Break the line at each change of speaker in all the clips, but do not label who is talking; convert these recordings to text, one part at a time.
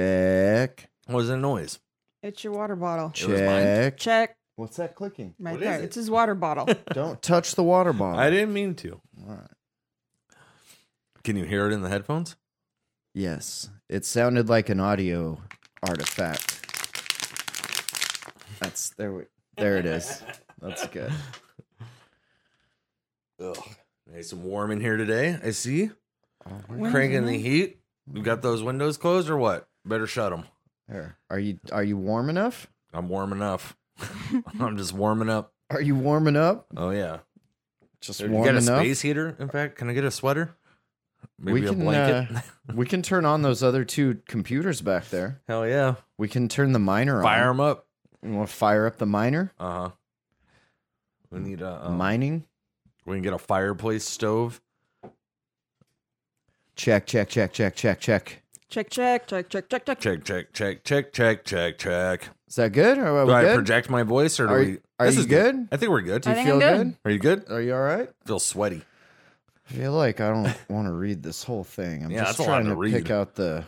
Check.
What was that noise?
It's your water bottle.
It was mine.
Check.
Check
What's that clicking?
right
What is
there.
it?
It's his water bottle.
Don't touch the water bottle.
I didn't mean to.
All right.
Can you hear it in the headphones?
Yes. It sounded like an audio artifact. That's there we there it is. That's good.
Ugh. Nice and warm in here today. I see.
All right.
Windows
Cranking the
removed?
heat. We got those windows closed or what? Better shut them.
There. Are you are you warm enough?
I'm warm enough. I'm just warming up.
Are you warming up?
Oh yeah.
Just
You
warm
got a
enough.
space heater? In fact, can I get a sweater?
We
Maybe a
can, uh,
blanket.
We can turn on those other two computers back there.
Hell yeah.
We can turn the miner
Fire
on.
them up.
You want to fire up the miner?
Uh huh. We need a. um,
Mining?
we can get a fireplace stove.
Check, check, check, check, check, check.
check, check, check, check, check, check.
Check check check check check check check.
Is that good? Are
Do
we
I
good?
project my voice or do
Are
we?
you- are you good?
I think we're good.
Do you
I think
feel
I'm
good?
good.
Are you good?
Are you all right?
feel sweaty.
I feel like I don't want to read this whole thing. I'm
Yeah,
just
that's a lot
trying
to
to, pick
read.
out the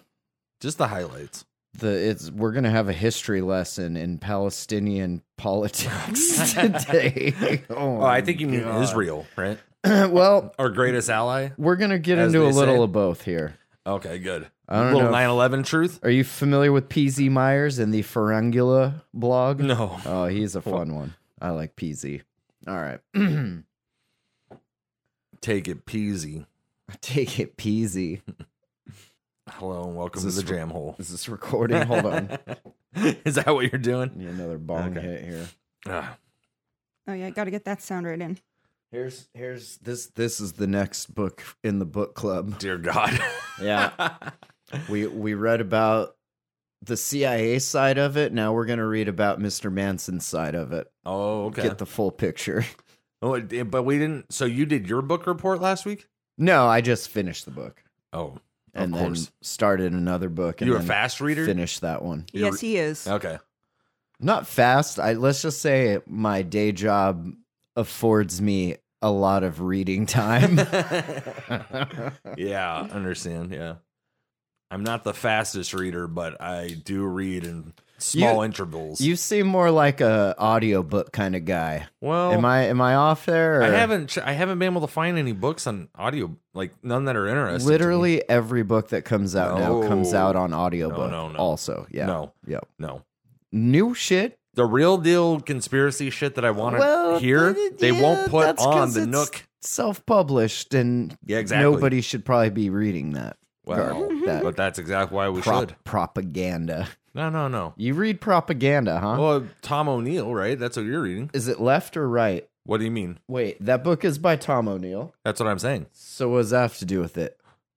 Just the highlights.
the it's we're gonna have a history lesson in Palestinian politics today.
Oh, I think you mean
God.
Israel, right?
well,
Our greatest ally.
we're gonna get
As
into a
they
little
say.
of both here.
Okay, good.
I don't
Little
know if-
9/11 truth.
Are you familiar with PZ Myers and the Farangula blog?
No.
Oh, he's a fun one. I like PZ. All right.
Take it peasy.
Take it PZ.
Hello and welcome
Is
to
this
the
re-
jam hole.
Is this recording? Hold on.
Is that what you're doing?
Need another bong
Okay.
hit here.
Ah,
Oh yeah, got to get that sound right in.
Here's here's this this is the next book in the book club.
dear God.
Yeah. we we read about the CIA side of it. Now we're going to read about Mr. Manson's side of it.
oh, okay.
Get the full picture.
oh, it- but we didn't. So you did your book report last week?
No, I just finished the book
Oh,
and
of
then
course.
started another book and
You were a
then
fast reader.
finished that one.
You're-
Yes, he is.
Okay.
Not fast. I let's just say my day job affords me a lot of reading time.
yeah, understand. Yeah, I'm not the fastest reader, but I do read in small
You-
intervals.
you seem more like a audiobook kind of guy.
well,
Am I am I off there? or-
I haven't. ch- I haven't been able to find any books on audio, like none that are interesting. to me.
Literally every book that comes out now comes
No.
out on audiobook.
No, no, no.
Also, yeah,
No,
yep.
no.
New shit.
The real deal conspiracy shit that I want to
Well,
hear,
th-
they
yeah,
won't put
that's
on
'cause
the
it's
Nook.
Self-published, and
Yeah, exactly.
nobody should probably be reading that.
Well,
Or that
but that's exactly why we
prop-
should.
propaganda.
No, no, no.
You read propaganda, huh?
Well, Tom O'Neill, right? That's what you're reading.
Is it left or right?
What do you mean?
Wait, that book is by Tom O'Neill.
That's what I'm saying.
So what does that have to do with it?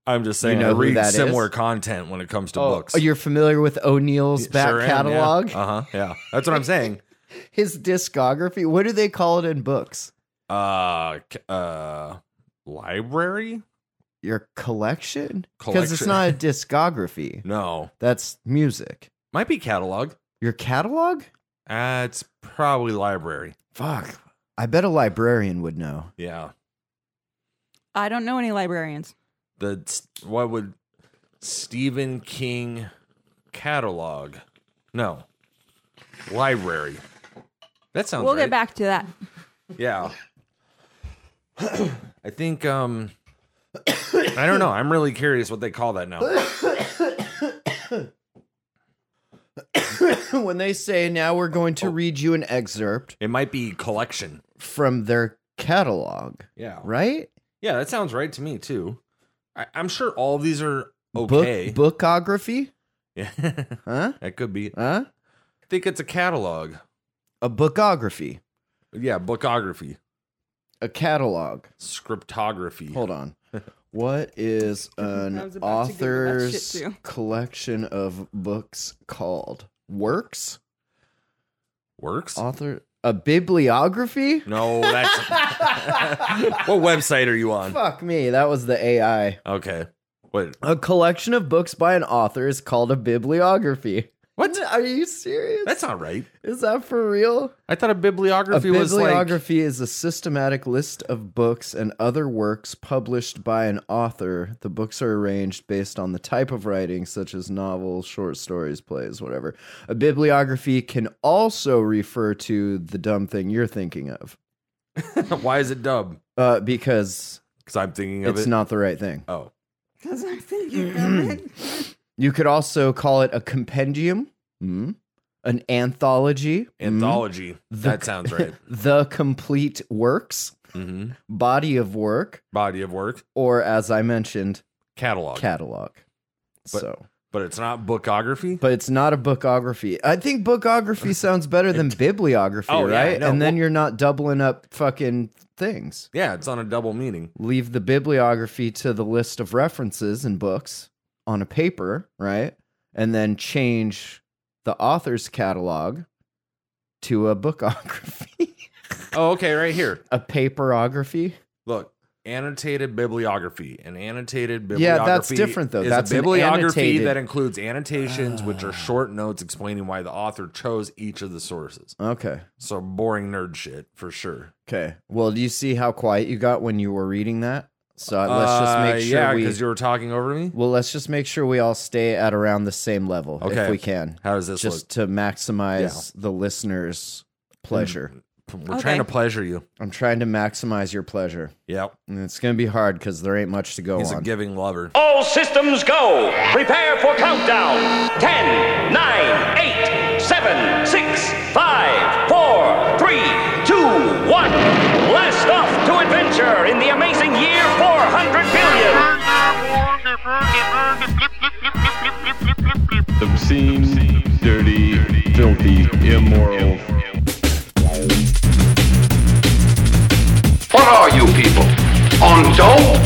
I'm just saying
You know
I
who
read
that is?
similar content when it comes to books.
Oh, you're familiar with O'Neill's back catalog,
Uh huh. Yeah, that's what I'm saying.
his discography. What do they call it in books?
Uh, c- uh, library?
Your collection, because it's
Collection.
not a discography.
No,
That's music.
might be catalog.
Your catalog?
Uh, it's probably library.
Fuck. I bet a librarian would know.
Yeah.
I don't know any librarians.
The s- what would Stephen King catalog? No, library. That sounds.
we'll
right.
get back to that.
Yeah. I think um I don't know. I'm really curious what they call that now.
when they say now we're going to read you an excerpt
It might be collection.
from their catalog,
Yeah.
right?
Yeah, that sounds right to me too. I, I'm sure all of these are okay.
Book bookography?
Yeah.
Huh?
that could be. I
Huh?
think it's a catalog.
A bookography.
Yeah, bookography,
A catalog.
scriptography.
Hold on. What is
I
an
was about to Google that shit
author's
too.
collection of books called? Works?
Works?
Author a bibliography?
no, that's What website are you on?
Fuck me, that was the AI.
Okay. What?
A collection of books by an author is called a bibliography.
What?
What? Are you serious?
That's not right.
Is that for real?
I thought a bibliography,
a
was like
bibliography is a systematic list of books and other works published by an author. The books are arranged based on the type of writing, such as novels, short stories, plays, whatever. A bibliography can also refer to the dumb thing you're thinking of,
why is it dub?
uh, because
Because I'm thinking of
it's
it.
not Hmm? the right thing.
Oh,
Because I think you got it.
You could also call it a compendium, mm, an anthology, mm,
anthology. that
The-
sounds right.
the complete works,
hmm
body of work,
Body of work
or as I mentioned,
catalog,
catalog.
But-
so,
but it's not bookography.
but it's not a bookography. I think bookography sounds better than bibliography,
Oh, yeah,
right?
no,
and then
well-
you're not doubling up fucking things.
yeah, it's on a double meaning.
Leave the bibliography to the list of references and books on a paper, right? And then change the author's catalog to a bookography,
Oh, okay, right here.
a paperography.
Look, annotated bibliography. An annotated bibliography.
Yeah, that's different, though.
is
That's
a
an
bibliography
annotated- Ah.
that includes annotations, which are short notes explaining why the author chose each of the sources.
Okay.
So boring nerd shit for sure.
Okay. Well, do you see how quiet you got when you were reading that? So let's just
Uh,
make sure
yeah,
we.
because you were talking over me.
Well, let's just make sure we all stay at around the same level if
Okay.
we can,
How does this
just to maximize the listener's pleasure.
look? We're
Okay.
trying to pleasure you.
I'm trying to maximize your pleasure,
Yep.
and it's gonna be hard because there ain't much to go
He's a
on.
giving lover.
All systems go. Prepare for countdown. 10, 9, 8, 7, 6, 5, 4, 3, 2, 1. Blast off to adventure in the amazing year 400 billion.
obscene, dirty, filthy, immoral.
What are you people? On dope?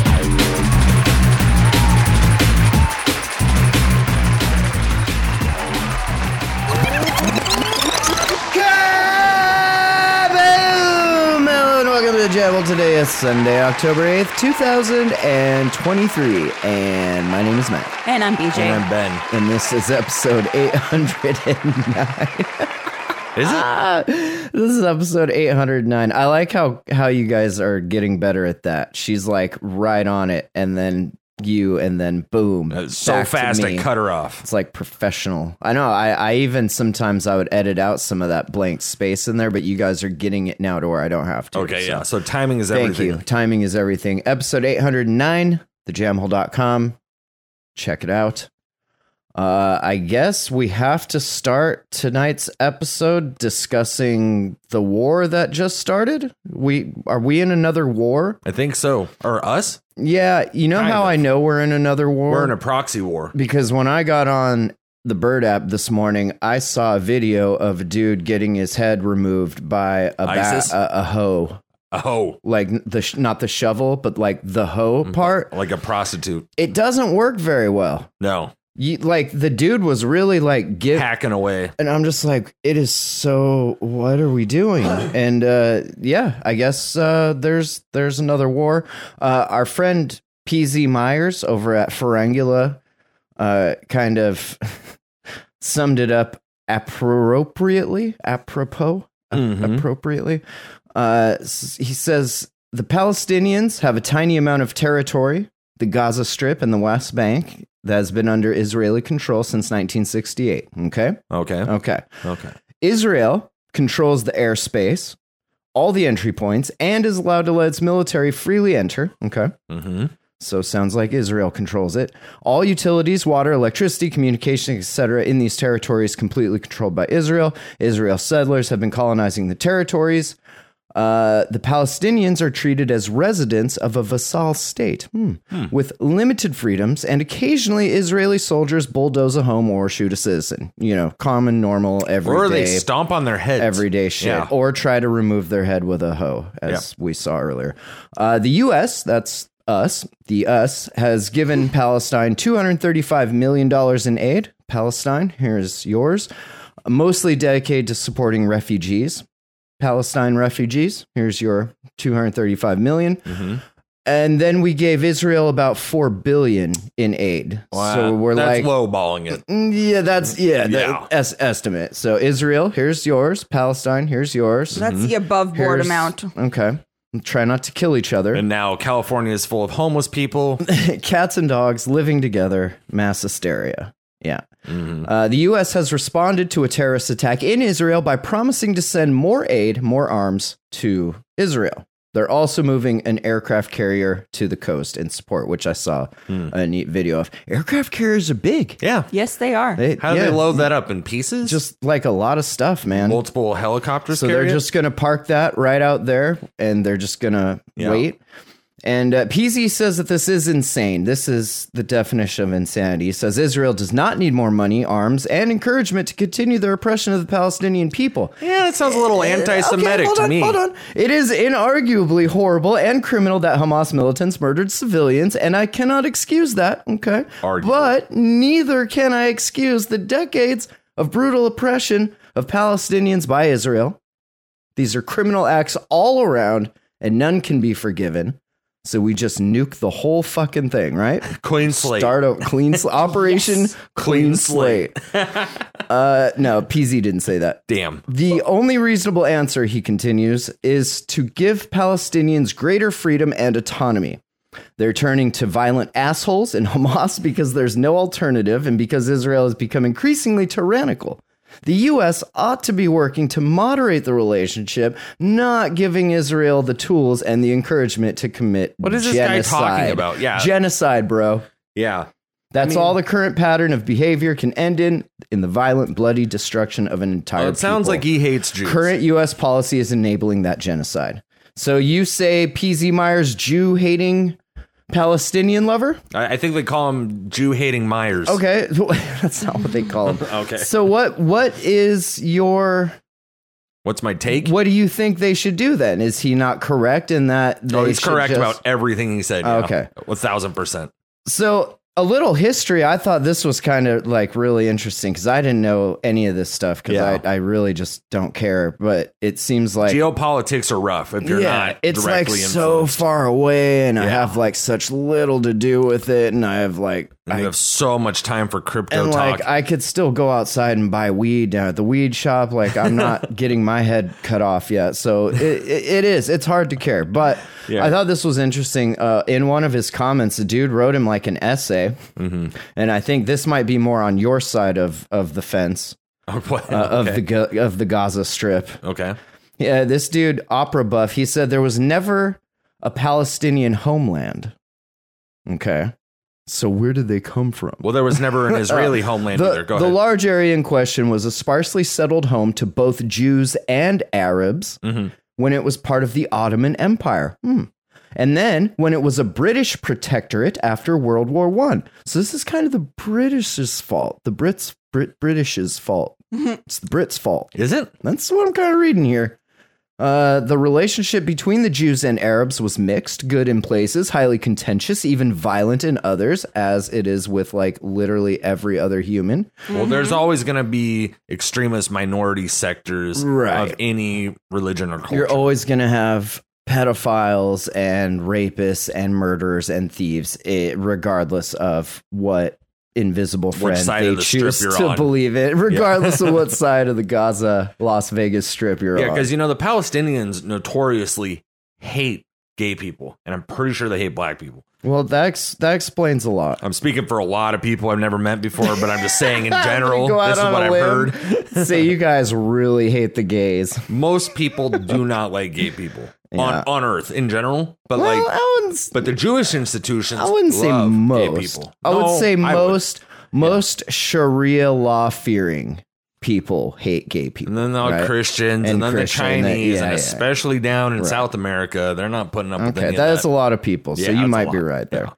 Kaboom! Hello and welcome to the Jabble. Today is Sunday, October eighth, two thousand and twenty-three, and my name is Matt,
And I'm BJ.
And I'm Ben.
and this is episode eight hundred and nine.
Is it?
Ah, this is episode 809 i like how how you guys are getting better at that she's like right on it and then you and then boom
Uh, so
back to
fast I
me.
cut her off.
it's like professional i know i i even sometimes i would edit out some of that blank space in there but you guys are getting it now to where i don't have to
Okay,
so
yeah. So timing is
thank
everything.
you timing is everything episode 809 thejamhole.com check it out uh, I guess we have to start tonight's episode discussing the war that just started. We are we in another war?
I think so. Or us?
Yeah, you know
Kind
how
of.
I know we're in another war
We're in a proxy war.
because when I got on the Bird app this morning, I saw a video of a dude getting his head removed by a ba-
ISIS?
a, a hoe,
Oh,
like the sh- not the shovel, but like the hoe part.
like a prostitute.
It doesn't work very well.
No,
You, like the dude was really like give,
hacking away.
and I'm just like, it is so. What are we doing? And uh, yeah, I guess uh, there's there's another war. Uh, our friend PZ Myers over at Ferengula uh, kind of summed it up appropriately. Apropos,
Mhm.
appropriately. Uh, s- he says the Palestinians have a tiny amount of territory, the Gaza Strip and the West Bank, that has been under Israeli control since 1968. Okay.
Okay.
Okay.
Okay.
Israel controls the airspace, all the entry points, and is allowed to let its military freely enter. Okay.
hmm
So sounds like Israel controls it. All utilities, water, electricity, communication, etc. in these territories completely controlled by Israel. Israel settlers have been colonizing the territories. Uh, the Palestinians are treated as residents of a vassal state hmm, with limited freedoms, and occasionally Israeli soldiers bulldoze a home or shoot a citizen. You know, common, normal,
Or they
everyday
stomp on their heads.
everyday shit
Yeah.
or try to remove their head with a hoe as we saw earlier uh, the us that's us the us has
Hmm.
given palestine 235 million dollars in aid palestine here's yours mostly dedicated to supporting
Mm-hmm.
refugees palestine refugees here's your 235 million and then we gave Israel about four billion in aid. So we're
that's
like,
lowballing it.
Mm, Yeah, that's yeah, the
Yeah.
es- estimate. So Israel, here's yours. Palestine, here's yours.
That's the above board
Mm-hmm. Here's-
amount.
Okay. Try not to kill each other.
And now California is full of homeless people.
Cats and dogs living together, mass hysteria. Yeah.
Mm-hmm.
Uh, the U.S. has responded to a terrorist attack in Israel by promising to send more aid, more arms to Israel. They're also moving an aircraft carrier to the coast in support, which I saw a neat video of. Aircraft carriers are big.
Hmm. Yeah.
Yes, they are.
They-
How do
yeah,
they load that up in pieces?
Just like a lot of stuff, man.
multiple helicopters.
So they're just going to park that right out there and they're just going to
Yeah.
wait. And uh, PZ says that this is insane. This is the definition of insanity. He says Israel does not need more money, arms, and encouragement to continue their oppression of the Palestinian people.
yeah, it sounds a little
Okay,
anti-Semitic
hold
to
on,
me.
Hold on. It is inarguably horrible and criminal that Hamas militants murdered civilians, and I cannot excuse that. Okay.
Arguable.
But neither can I excuse the decades of brutal oppression of Palestinians by Israel. These are criminal acts all around, and none can be forgiven. So we just nuke the whole fucking thing, right?
Clean slate.
Start a clean sl- operation, clean,
Clean
slate. uh, no, PZ didn't say that.
Damn.
The only reasonable answer, he continues, is to give Palestinians greater freedom and autonomy. They're turning to violent assholes in Hamas because there's no alternative and because Israel has become increasingly tyrannical. The U.S. ought to be working to moderate the relationship, not giving Israel the tools and the encouragement to commit
What is this guy
genocide.
talking about? Yeah.
genocide, bro.
Yeah.
That's all the current pattern of behavior can end in in the violent, bloody destruction of an entire.
Well, it sounds
people.
like he hates Jews.
Current U.S. policy is enabling that genocide. So you say PZ Myers, Jew hating Palestinian lover?
I, I think they call him Jew hating Myers.
Okay, that's not what they call him.
Okay.
So what? What is your?
What's my take?
What do you think they should do then? Is he not correct in that? They
Oh, he's
should
correct
just-
about everything he said. yeah.
Okay.
A thousand percent.
So a little history. I thought this was kind of like really interesting because I didn't know any of this stuff because
Yeah.
I, I really just don't care. But it seems like
Geopolitics are rough if you're not
it's like
directly
so
influenced.
far away, and I
Yeah.
have like such little to do with it, and I have like
And
I
you have so much time for crypto
and
talk.
like I could still go outside and buy weed down at the weed shop. Like I'm not getting my head cut off yet, so it, it, it is. It's hard to care, but I thought this was interesting. Uh, in one of his comments, a dude wrote him like an essay,
Mm-hmm.
and I think this might be more on your side of of the fence
What?
uh, of
okay.
the Ga- of the Gaza Strip.
okay.
Yeah, this dude, opera buff, he said there was never a Palestinian homeland. Okay. So where did they come from?
Well, there was never an Israeli homeland
the,
either. Go
the
ahead.
large area in question was a sparsely settled home to both Jews and Arabs
Mm-hmm.
when it was part of the Ottoman Empire. Hmm. And then when it was a British protectorate after World War One. So this is kind of the British's fault. The Brits Brit British's fault. it's the Brits' fault.
Is it?
That's what I'm kind of reading here. Uh, the relationship between the Jews and Arabs was mixed, good in places, highly contentious, even violent in others, as it is with like literally every other human.
Well, there's always going to be extremist minority sectors
Right.
of any religion or culture.
You're always going to have pedophiles and rapists and murderers and thieves, eh, regardless of what invisible friend
side
they
of the strip
choose
you're
to
on.
believe in, regardless of what side of the Gaza, Las Vegas strip you're
yeah,
on.
because you know the Palestinians notoriously hate gay people, and I'm pretty sure they hate black people.
well, that, ex- that explains a lot.
I'm speaking for a lot of people I've never met before, but I'm just saying in
I'm gonna
general,
go out
this is
on
what
a
I've
limb.
heard.
Say you guys really hate the gays.
Most people do not like gay people
Yeah.
on on Earth in general, but
Well,
like,
I wouldn't. s-
but the Jewish institutions.
I wouldn't say
love Gay
most.
people.
I would
No,
say
I would.
most. Most Sharia law fearing people hate gay people.
And then the
right?
Christians,
And
and, then
Christian,
the
and that-
Chinese,
yeah,
and
yeah.
especially down in South America, they're not putting up with
Okay,
any
that
of
is a lot of people. So
Yeah,
you
that's a
might be
lot.
right there.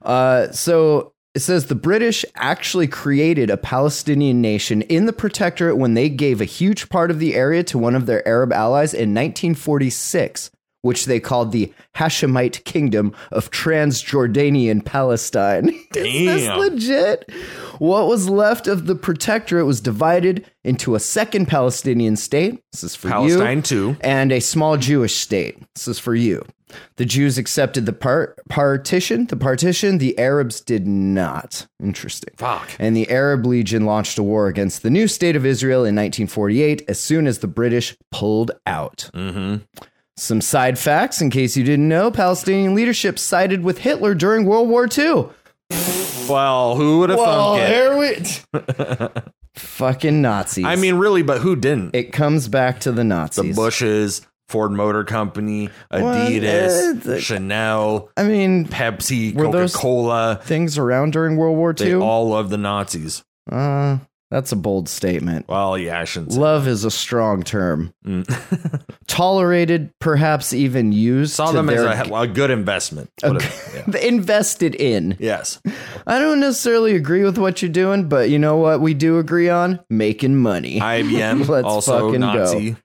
Uh, so it says the British actually created a Palestinian nation in the Protectorate when they gave a huge part of the area to one of their Arab allies in 1946, which they called the Hashemite Kingdom of Transjordanian Palestine. is this
Damn.
legit? What was left of the Protectorate was divided into a second Palestinian state. This is for you
Palestine too.
and a small Jewish state. This is for you. The Jews accepted the par- partition, the partition, the Arabs did not. Interesting.
Fuck.
And the Arab Legion launched a war against the new state of Israel in 1948 as soon as the British pulled out.
Mm-hmm.
Some side facts in case you didn't know, Palestinian leadership sided with Hitler during World War II.
Well, who would have thunk it?
here we fucking Nazis.
I mean, really, but who didn't?
it comes back to the
the
Nazis.
Bushes, Ford Motor Company,
eh,
Adidas,
the-
Chanel,
I mean,
Pepsi,
Were
Coca
those-
Cola.
things around during World War
They
II.
all love the Nazis.
uh, that's a bold statement.
Well, yeah, I shouldn't say.
Love is a strong term. Tolerated, perhaps even used.
Mm. Saw
to
them as
their-
a, a good investment. Whatever. Yeah.
invested in.
Yes.
I don't necessarily agree with what you're doing, but you know what we do agree on? Making money.
IBM,
Let's
also
fucking go.
Nazi.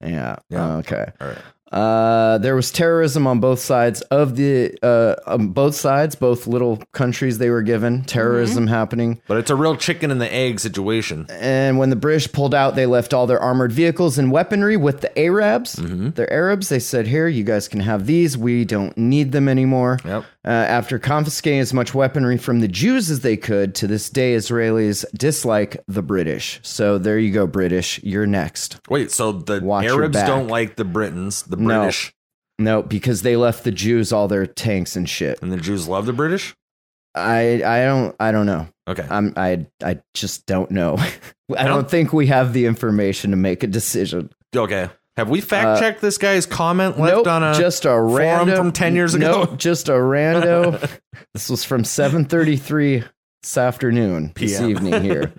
yeah.
Yeah.
Okay.
All right.
Uh, there was terrorism on both sides of the uh, on both sides, both little countries they were given terrorism
Mm-hmm.
happening.
But it's a real chicken and the egg situation.
And when the British pulled out, they left all their armored vehicles and weaponry with the Arabs. They're Arabs. They said, "Here, you guys can have these. We don't need them anymore."
Yep.
Uh, after confiscating as much weaponry from the Jews as they could, to this day, Israelis dislike the British. So there you go, British. You're next.
Wait, so the
Watch your
Arabs
back.
don't like the Britons, the
No.
British,
No, because they left the Jews all their tanks and shit.
and the Jews love the British?
I I don't I don't know.
Okay.
I'm I I just don't know. I
don't-
don't think we have the information to make a decision.
okay. Have we fact checked this guy's comment left
uh, nope,
on a
just a
forum
random
from 10 years ago?
Nope, just a rando. this was from 7:33 this afternoon, this
PM.
evening here.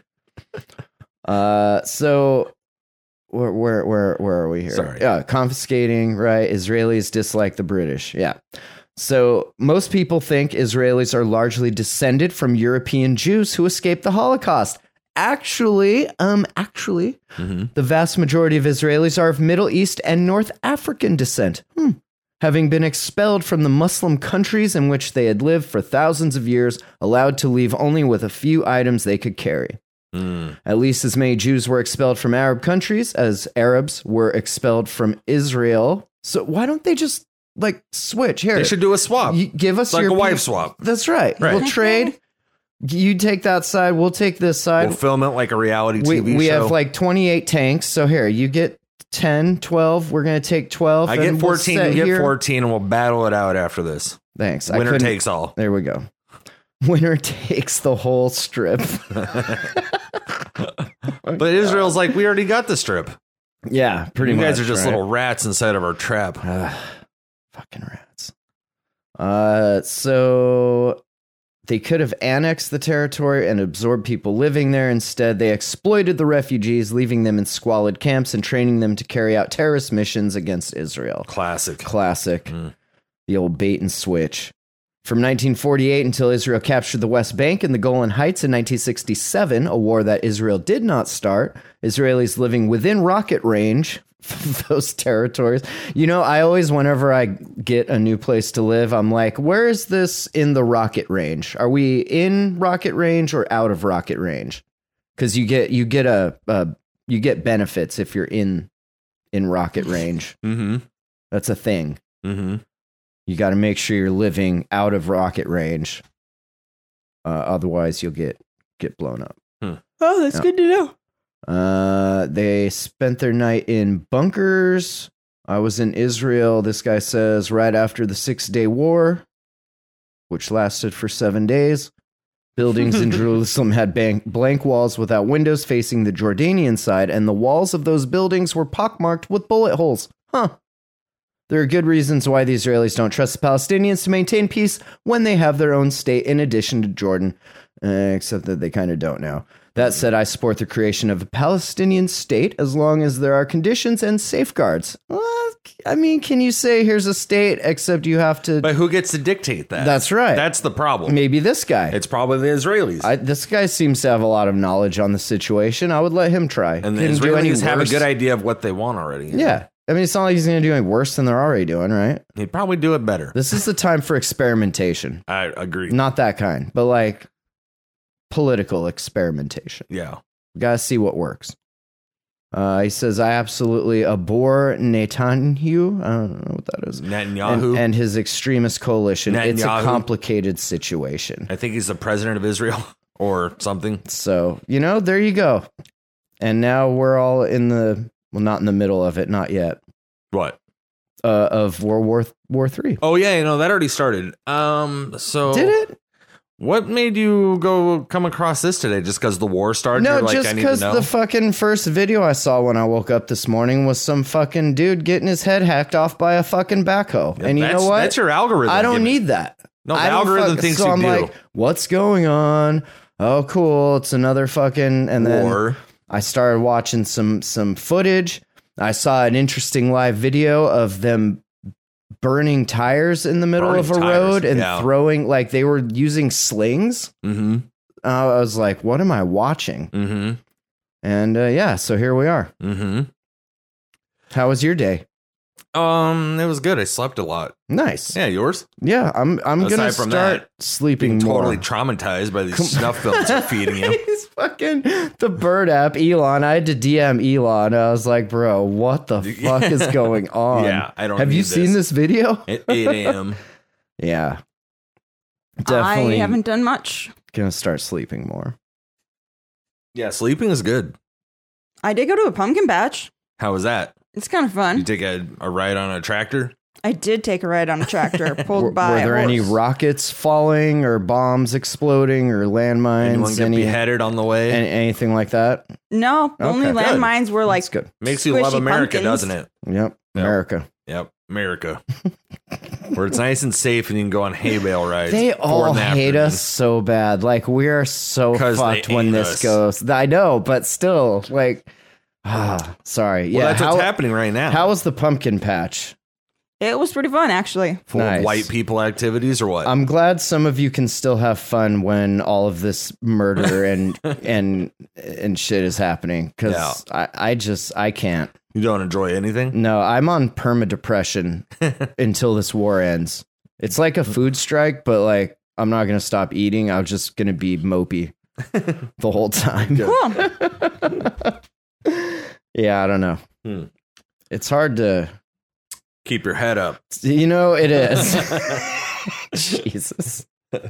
uh, so where where where where are we here?
Sorry.
yeah, confiscating right. Israelis dislike the British. Yeah. So, most people think Israelis are largely descended from European Jews who escaped the Holocaust. Actually, um, actually,
Mm-hmm.
the vast majority of Israelis are of Middle East and North African descent, hmm. having been expelled from the Muslim countries in which they had lived for thousands of years, allowed to leave only with a few items they could carry.
Hmm.
At least as many Jews were expelled from Arab countries as Arabs were expelled from Israel. So why don't they just like switch here?
They should do a swap.
You give us
It's like
your
a wife
peop-
swap.
That's right.
Right.
We'll trade. You take that side. We'll take this side.
We'll film it like a reality
we
TV
we
show.
have like 28 tanks. So here, you get 10, 12. We're going to take 12.
I
and
get
we'll
14,
sit
you get
here.
14, and we'll battle it out after this.
Thanks. I
Winner
couldn't-
takes all.
There we go. Winner takes the whole strip.
But Israel's like, we already got the strip.
yeah, pretty
you
much.
guys are just
right?
little rats inside of our trap.
fucking rats. Uh, so they could have annexed the territory and absorbed people living there. Instead, they exploited the refugees, leaving them in squalid camps and training them to carry out terrorist missions against Israel.
Classic.
Classic.
Mm.
The old bait and switch. From 1948 until Israel captured the West Bank and the Golan Heights in 1967, a war that Israel did not start, Israelis living within rocket range of those territories. You know, I always, whenever I get a new place to live, I'm like, where is this in the rocket range? Are we in rocket range or out of rocket range? Because you get you get a, a you get benefits if you're in in rocket range.
Mm-hmm.
That's a thing.
Mm-hmm.
You got to make sure you're living out of rocket range. Uh, otherwise, you'll get get blown up.
Oh, that's
Yeah.
good to know.
Uh, they spent their night in bunkers. I was in Israel. This guy says right after the Six Day War, which lasted for seven days. Buildings in Jerusalem had bank, blank walls without windows facing the Jordanian side, and the walls of those buildings were pockmarked with bullet holes. Huh. There are good reasons why the Israelis don't trust the Palestinians to maintain peace when they have their own state in addition to Jordan, uh, except that they kind of don't now. That said, I support the creation of a Palestinian state as long as there are conditions and safeguards. Well, I mean, can you say here's a state except you have to?
But who gets to dictate that?
That's right.
That's the problem.
Maybe this guy.
It's probably the Israelis.
I, this guy seems to have a lot of knowledge on the situation. I would let him try.
and the
Couldn't do any
Israelis have a
worse.
good idea of what they want already.
Yeah. I mean, it's not like he's going to do any worse than they're already doing, right?
They'd probably do it better.
This is the time for experimentation.
I agree.
Not that kind, but like political experimentation.
Yeah.
We got to see what works. Uh, he says, I absolutely abhor Netanyahu. I don't know what that is.
Netanyahu.
And, and his extremist coalition. It's a
Netanyahu.
complicated situation.
I think he's the president of Israel or something.
So, you know, there you go. And now we're all in the, well, not in the middle of it, not yet,
What?
uh, of World War War Three.
Oh yeah, you know that already started. Um, so
Did it?
What made you go come across this today? Just because the war started?
No,
You're like,
just
I need
because
to know?
the fucking first video I saw when I woke up this morning was some fucking dude getting his head hacked off by a fucking backhoe. and you know
That's-
what?
That's your algorithm.
I don't
gimmick.
need that.
No, the
I don't
algorithm thinks
so
you
I'm
do.
like, what's going on? Oh, cool. It's another fucking. And then
war.
I started watching some some footage. I saw an interesting live video of them burning tires in the middle
Burning
of a
tires,
road and
yeah.
throwing like they were using slings.
Mm-hmm.
Uh, I was like, what am I watching?
Mm-hmm.
And uh, yeah, so here we are.
Mm-hmm.
How was your day?
Um, it was good. I slept a lot.
Nice. Yeah,
Yeah, yours.
I'm I'm
Aside
gonna
from
start
that,
sleeping
Being totally
more.
traumatized by these
Com-
snuff films they're feeding you.
He's fucking the bird app, Elon. I had to DM Elon. I was like, bro, what the
Yeah.
fuck is going on?
Yeah, I don't.
Have
need
you seen this video?
At 8 a.m.
Yeah. Definitely
I haven't done much.
gonna start sleeping more.
yeah, sleeping is good.
I did go to a pumpkin patch.
How was that?
It's kind of
You
fun.
take a, a ride on a tractor?
I did take a ride on a tractor pulled
Were,
by.
were
a
there any
horse.
rockets falling or bombs exploding or
Anyone
landmines?
get
Any,
beheaded on the way?
any- anything like that?
No, only
Okay. Good.
landmines were like
That's good.
Makes you love
squishy
America,
pumpkins.
doesn't it?
Yep. America.
Yep, America, where it's nice and safe, and you can go on hay bale rides.
They
Four
all
in the
hate
afternoon.
us so bad. Like we are so
'Cause they
fucked when
hate
this
us.
goes. I know, but still, like, ah, sorry.
Well,
yeah.
that's
how,
what's happening right now.
how was the pumpkin patch?
it was pretty fun actually.
Full of
nice. Um,
white people activities or what?
I'm glad some of you can still have fun when all of this murder and and and shit is happening. Because
Yeah.
I, I just I can't.
you don't enjoy anything?
No, I'm on perma depression until this war ends. It's like a food strike, but like I'm not gonna stop eating. I'm just gonna be mopey the whole time. Yeah,
Cool.
I don't know.
Hmm.
It's hard to
Keep your head up.
you know it is. Jesus.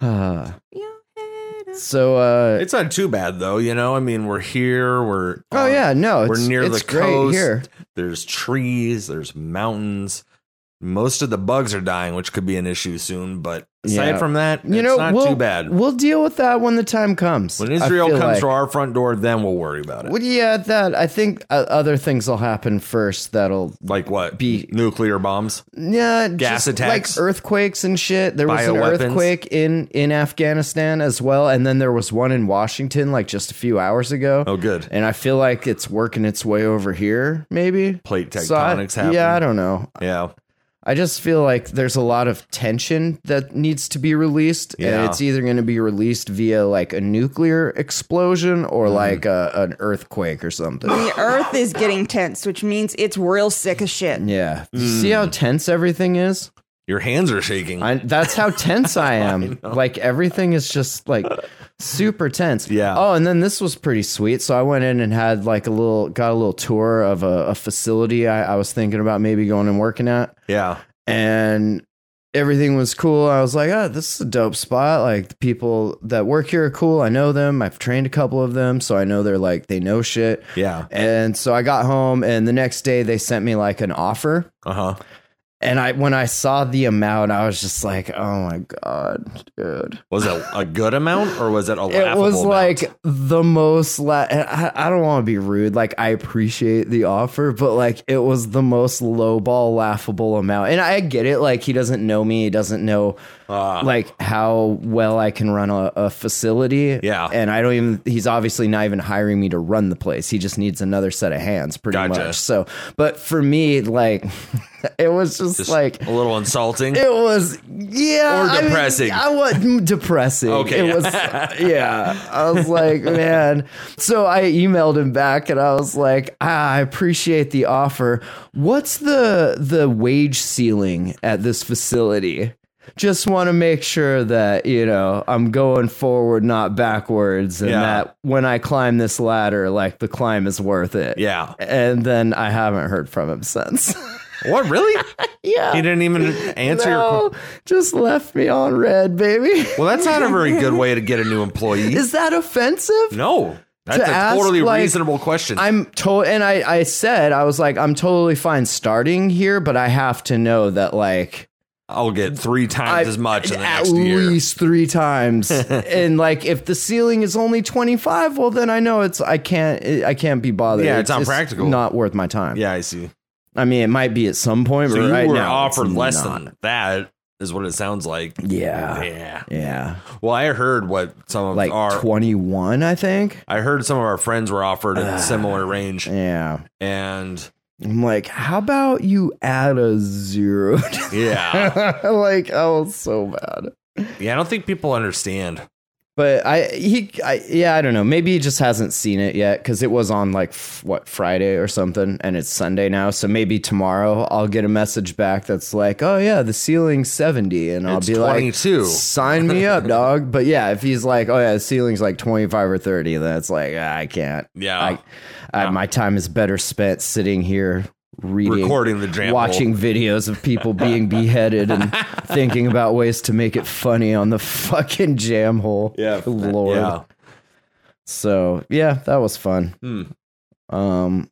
Uh, so uh
It's not too bad though, you know. I mean, we're here. We're
Oh
on-
yeah, no, it's,
we're near
it's
the
great
coast.
here.
There's trees. There's mountains. Most of the bugs are dying, which could be an issue soon. But aside
Yeah.
from that,
You
it's
know,
not
we'll,
too bad.
We'll deal with that when the time comes.
when
I
Israel
feel
comes
like.
to our front door, then we'll worry about it.
Well, yeah, that I think uh, other things will happen first. That'll
like what?
Be-
nuclear bombs.
yeah,
Gas
just
attacks?
like earthquakes and shit. There was an
Bioweapons?
earthquake in in Afghanistan as well, and then there was one in Washington like just a few hours ago.
Oh, good.
And I feel like it's working its way over here, maybe
Plate
So I-
tectonics happen.
Yeah, I don't know.
Yeah.
I just feel like there's a lot of tension that needs to be released,
Yeah.
and it's either going to be released via like a nuclear explosion or like a, an earthquake or something.
the Earth is getting tense, which means it's real sick as shit.
Yeah. You See how tense everything is?
Your hands are shaking.
I, that's how tense I am. like everything is just like super tense.
Yeah.
Oh, and then this was pretty sweet. So I went in and had like a little, got a little tour of a, a facility I, I was thinking about maybe going and working at.
yeah.
And everything was cool. I was like, oh, this is a dope spot. Like the people that work here are cool. I know them. I've trained a couple of them. So I know they're like, they know shit.
Yeah.
And so I got home and the next day they sent me like an offer.
Uh huh.
And I when I saw the amount, I was just like, "Oh my god, dude!"
Was it a good amount or was it a
It
laughable
was
amount?
like the most. La- and I, I don't want to be rude. Like I appreciate the offer, but like it was the most lowball, laughable amount. And I get it. Like he doesn't know me. He doesn't know
Ah.
like how well I can run a, a facility.
Yeah.
And I don't even. He's obviously not even hiring me to run the place. He just needs another set of hands, pretty
Gotcha.
much. So, but for me, like it was just,
Just
like
a little insulting.
it was yeah,
Or
I mean,
depressing.
I, was depressing.
Okay.
it was yeah. I was like, man. So I emailed him back, and I was like, ah, I appreciate the offer. What's the the wage ceiling at this facility? Just want to make sure that, you know, I'm going forward, not backwards, and
Yeah.
that when I climb this ladder, like the climb is worth it.
Yeah.
And then I haven't heard from him since.
What really?
yeah.
He didn't even answer your
no,
question.
just left me on red, baby.
Well, that's not a very good way to get a new employee.
Is that offensive?
no, that's
to
a
ask,
totally
like,
reasonable question.
I'm to and I, I said I was like, I'm totally fine starting here, but I have to know that like
I'll get three times
I-
as much in the
at
next year.
least three times. and like if the ceiling is only twenty five, well then I know it's I can't I can't be bothered.
Yeah, it's not practical.
Not worth my time.
Yeah, I see.
I mean it might be at some point,
So
but
you
right
were
now it's
offered less
not.
than that, is what it sounds like.
Yeah.
Yeah.
Yeah.
Well, I heard what some of
Like
our
twenty one, I think.
I heard some of our friends were offered
uh,
a similar range,
Yeah.
and
I'm like, how about you add a zero?
yeah,
like, oh, it's so bad.
yeah. I don't think people understand.
But I, he, I, yeah, I don't know. Maybe he just hasn't seen it yet because it was on like f- what Friday or something, and it's Sunday now. So maybe tomorrow I'll get a message back that's like, "Oh yeah, the ceiling's 70," and I'll
It's
be
22.
like, "Sign me up, dog." But yeah, if he's like, "Oh yeah, the ceiling's like 25 or 30," then it's like, ah, I can't.
Yeah.
I, I, my time is better spent sitting here reading,
Recording the jam
watching videos of people being beheaded and thinking about ways to make it funny on the fucking jam hole.
Yeah.
Lord.
Yeah,
So yeah, that was fun.
Hmm.
Um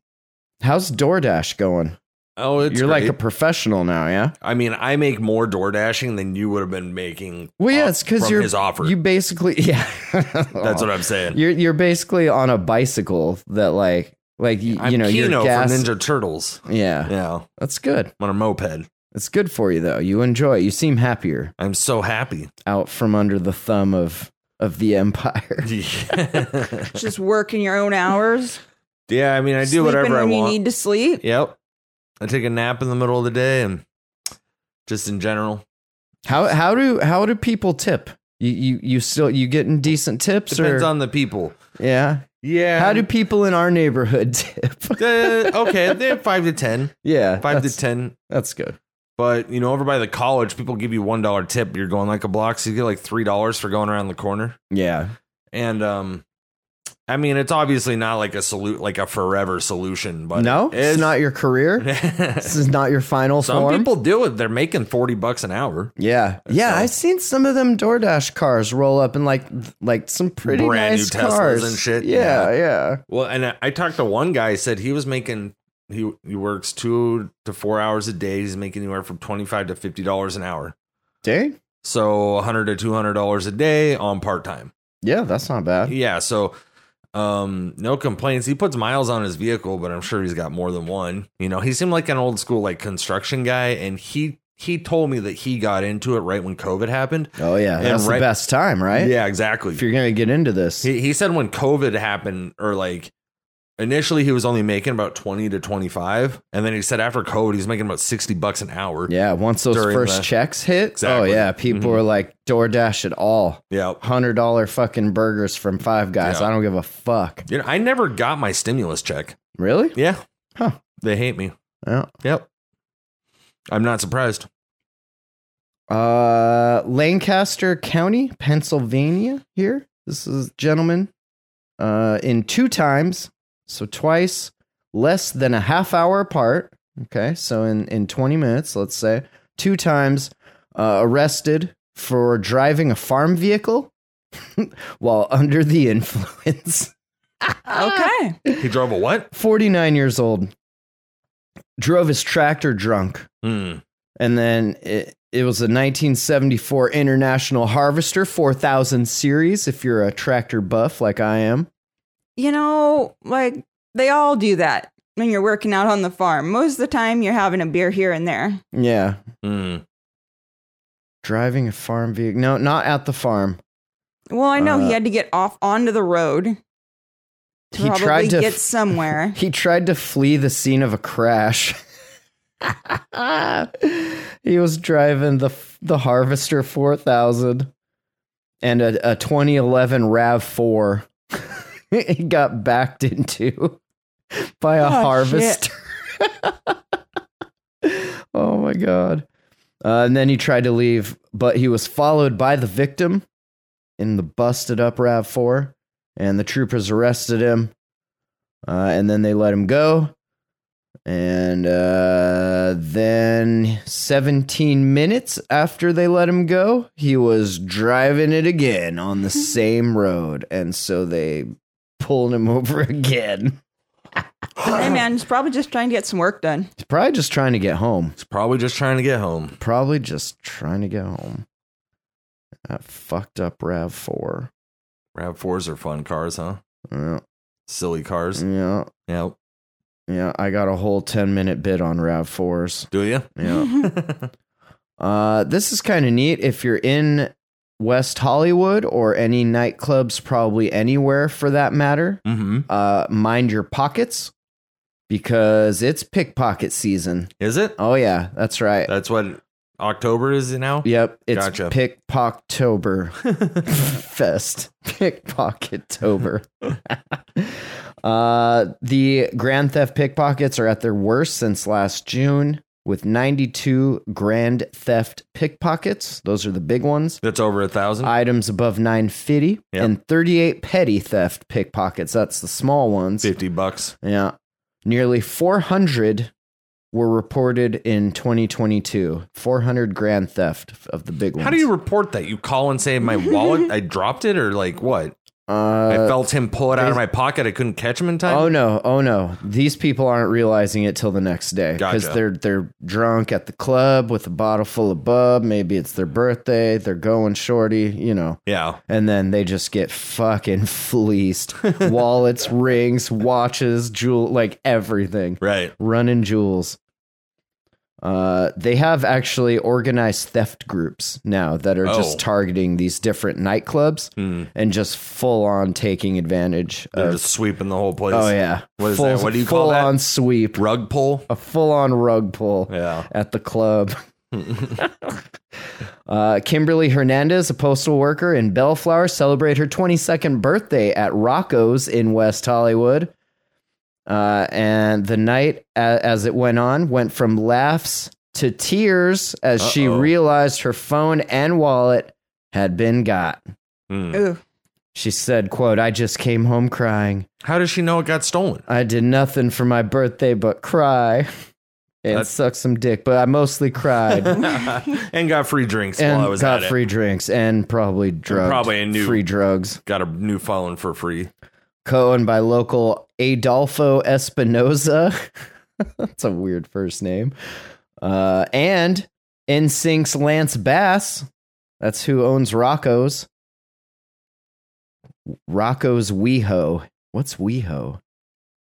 how's DoorDash going?
Oh, it's
You're like
great.
a professional now, yeah?
I mean, I make more door dashing than you would have been making.
Well yeah,
off-
it's because
from
you're
his offer.
you basically yeah. That's
That's what I'm saying.
you're you're basically on a bicycle that like like you,
I'm
you know
Kino
your
from
gas
Ninja Turtles.
yeah.
Yeah, I'm
That's good.
on a moped.
It's good for you though. You enjoy. it. You seem happier
I'm so happy.
out from under the thumb of of the empire.
yeah,
Just working your own hours.
I mean, I do
sleeping
whatever I
when
want.
you need to sleep.
Yep. I take a nap in the middle of the day and just in general.
How how do how do people tip? You you, you still you getting decent tips
Depends
or
on the people.
yeah?
Yeah.
How do people in our neighborhood tip?
uh, okay, they're five to ten.
yeah,
Five
that's,
to ten.
That's good.
But you know, over by the college, people give you one dollar tip. You're going like a block, so you get like three dollars for going around the corner.
Yeah,
And um I mean it's obviously not like a salute like a forever solution, but
no, it's, not your career. this
your
is not your final
Some
form.
people do it. They're making forty bucks an hour.
yeah, yeah.
So-
I've seen some of them DoorDash cars roll up in like th- like some pretty
Brand new
nice
Teslas
cars
and shit,
Yeah, yeah.
Well, and I, I talked to one guy said he was making he he works two to four hours a day. He's making anywhere from twenty five to fifty dollars an hour,
Dang.
so hundred to two hundred dollars a day on part time.
Yeah, that's not bad.
Yeah, so um, no complaints. He puts miles on his vehicle, but I'm sure he's got more than one. You know, he seemed like an old school like construction guy, and he he told me that he got into it right when COVID happened.
Oh yeah,
And
that's
right-
the best time, right?
Yeah, exactly.
If you're gonna get into this,
He, he said when COVID happened, or like initially he was only making about 20 to 25. And then he said after COVID, he's making about 60 bucks an hour.
Yeah, once those
during
first
the-
checks hit,
Exactly.
oh yeah, people
Mhm.
were like DoorDash it all.
Yeah.
Hundred dollar fucking burgers from Five Guys.
Yeah.
I don't give a fuck.
You know, I never got my stimulus check.
Really?
Yeah.
Huh.
They hate me.
Yeah.
Yep. I'm not surprised.
Uh, Lancaster County, Pennsylvania. Here, this is gentleman. Uh, in two times, so twice, less than a half hour apart. Okay, so in in twenty minutes, let's say two times, uh, arrested for driving a farm vehicle while under the influence.
Okay.
He drove a what?
49 years old, drove his tractor drunk.
Hmm.
And then it, it was a 1974 International Harvester 4000 series, if you're a tractor buff like I am.
You know, like they all do that when you're working out on the farm. Most of the time, you're having a beer here and there.
Yeah.
Hmm.
Driving a farm vehicle. No, not at the farm.
Well, I know
Uh,
he had to get off onto the road to
He
probably
tried to
get
f-
somewhere.
He tried to flee the scene of a crash. he was driving the the Harvester 4000 and a, a 2011 RAV4. he got backed into by a
Oh, shit.
Harvester. oh my god. Uh, and then he tried to leave, but he was followed by the victim in the busted up RAV4, and the troopers arrested him. Uh, and then they let him go. And uh, then 17 minutes after they let him go, he was driving it again on the same road. And so they pulled him over again.
Hey man, he's probably just trying to get some work done.
He's probably just trying to get home.
He's probably just trying to get home.
Probably just trying to get home. That fucked up RAV4.
Rav4s are fun cars, huh?
Yeah,
Silly cars.
yeah,
Yep.
yeah. I got a whole 10 minute bit on RAV4s.
Do you?
Yeah. uh, this is kind of neat. If you're in West Hollywood or any nightclubs, probably anywhere for that matter,
Mm-hmm.
uh, mind your pockets because it's pickpocket season.
Is it?
Oh, yeah, that's right.
That's what October is now?
Yep, it's
Gotcha.
Pickpocktober Fest. Pickpockettober. uh, the grand theft pickpockets are at their worst since last June, with 92 grand theft pickpockets. Those are the big ones.
That's over a thousand.
Items above 950
Yep.
and 38 petty theft pickpockets. That's the small ones.
50 bucks.
Yeah. Nearly 400 were reported in 2022. 400 grand theft of the big ones.
How do you report that? You call and say my wallet, I dropped it, or like what? I
Uh,
felt him pull it out of
there's-
my pocket. I couldn't catch him in time.
oh no, oh no. These people aren't realizing it till the next day because
Gotcha.
they're they're drunk at the club with a bottle full of bub, maybe it's their birthday, they're going shorty, you know.
Yeah.
And then they just get fucking fleeced. Wallets, rings, watches, jewel like everything.
Right.
running jewels. Uh, they have actually organized theft groups now that are
Oh.
just targeting these different nightclubs
Mm.
and just full on taking advantage
They're
of.
just sweeping the whole place.
oh yeah, Oh.
What is
full,
that? What do you call
full
that?
on sweep,
Rug pull.
a full on rug pull
Yeah.
at the club. uh, Kimberly Hernandez, a postal worker in Bellflower, celebrated her 22nd birthday at Rocco's in West Hollywood. Uh, and the night, a- as it went on, went from laughs to tears as she
Uh-oh.
realized her phone and wallet had been got.
Mm.
Ooh.
She said, "Quote: I just came home crying.
How does she know it got stolen?
I did nothing for my birthday but cry." And
That's-
suck some dick, but I mostly cried.
and got free drinks
and
while I was
got
at
free
it.
drinks and probably drugs.
probably a new-
free drugs.
Got a new phone for free.
Co-owned by local Adolfo Espinoza. That's a weird first name. Uh, and NSYNC's Lance Bass. That's who owns Rocco's. Rocco's WeHo. What's WeHo?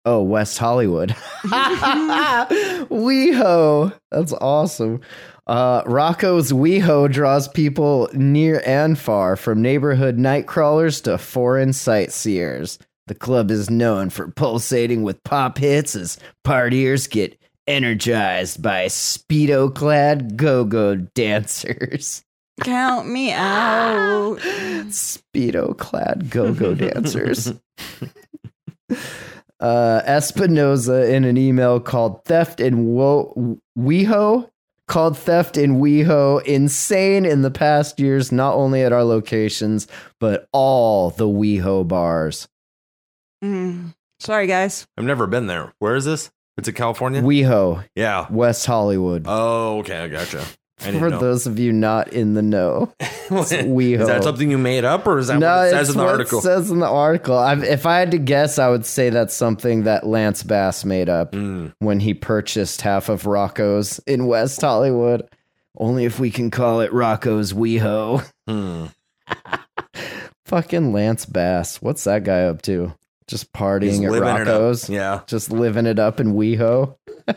Oh, West Hollywood. WeHo. That's awesome. Uh, Rocco's WeHo draws people near and far, from neighborhood nightcrawlers to foreign sightseers. The club is known for pulsating with pop hits as partiers get energized by speedo clad go go dancers.
Count me out.
Speedo clad go go dancers. uh, Espinoza in an email called Theft in Wo- WeHo, called Theft in WeHo insane in the past years, not only at our locations, but all the WeHo bars.
Mm. Sorry, guys.
I've never been there. Where is this? It's in California?
WeHo,
yeah.
West Hollywood.
Oh, okay. I gotcha. I didn't
For
know.
those of you not in the know,
is
WeHo.
that something you made up or is that what it says
it's
in the
what it
article?
says in the article. I've, if I had to guess, I would say that's something that Lance Bass made up
Mm.
when he purchased half of Rocco's in West Hollywood. Only if we can call it Rocco's WeHo.
Hmm.
Fucking Lance Bass. What's that guy up to? Just
He's
partying at
living it up.
Rocco's?
Yeah.
Just living it up in WeHo.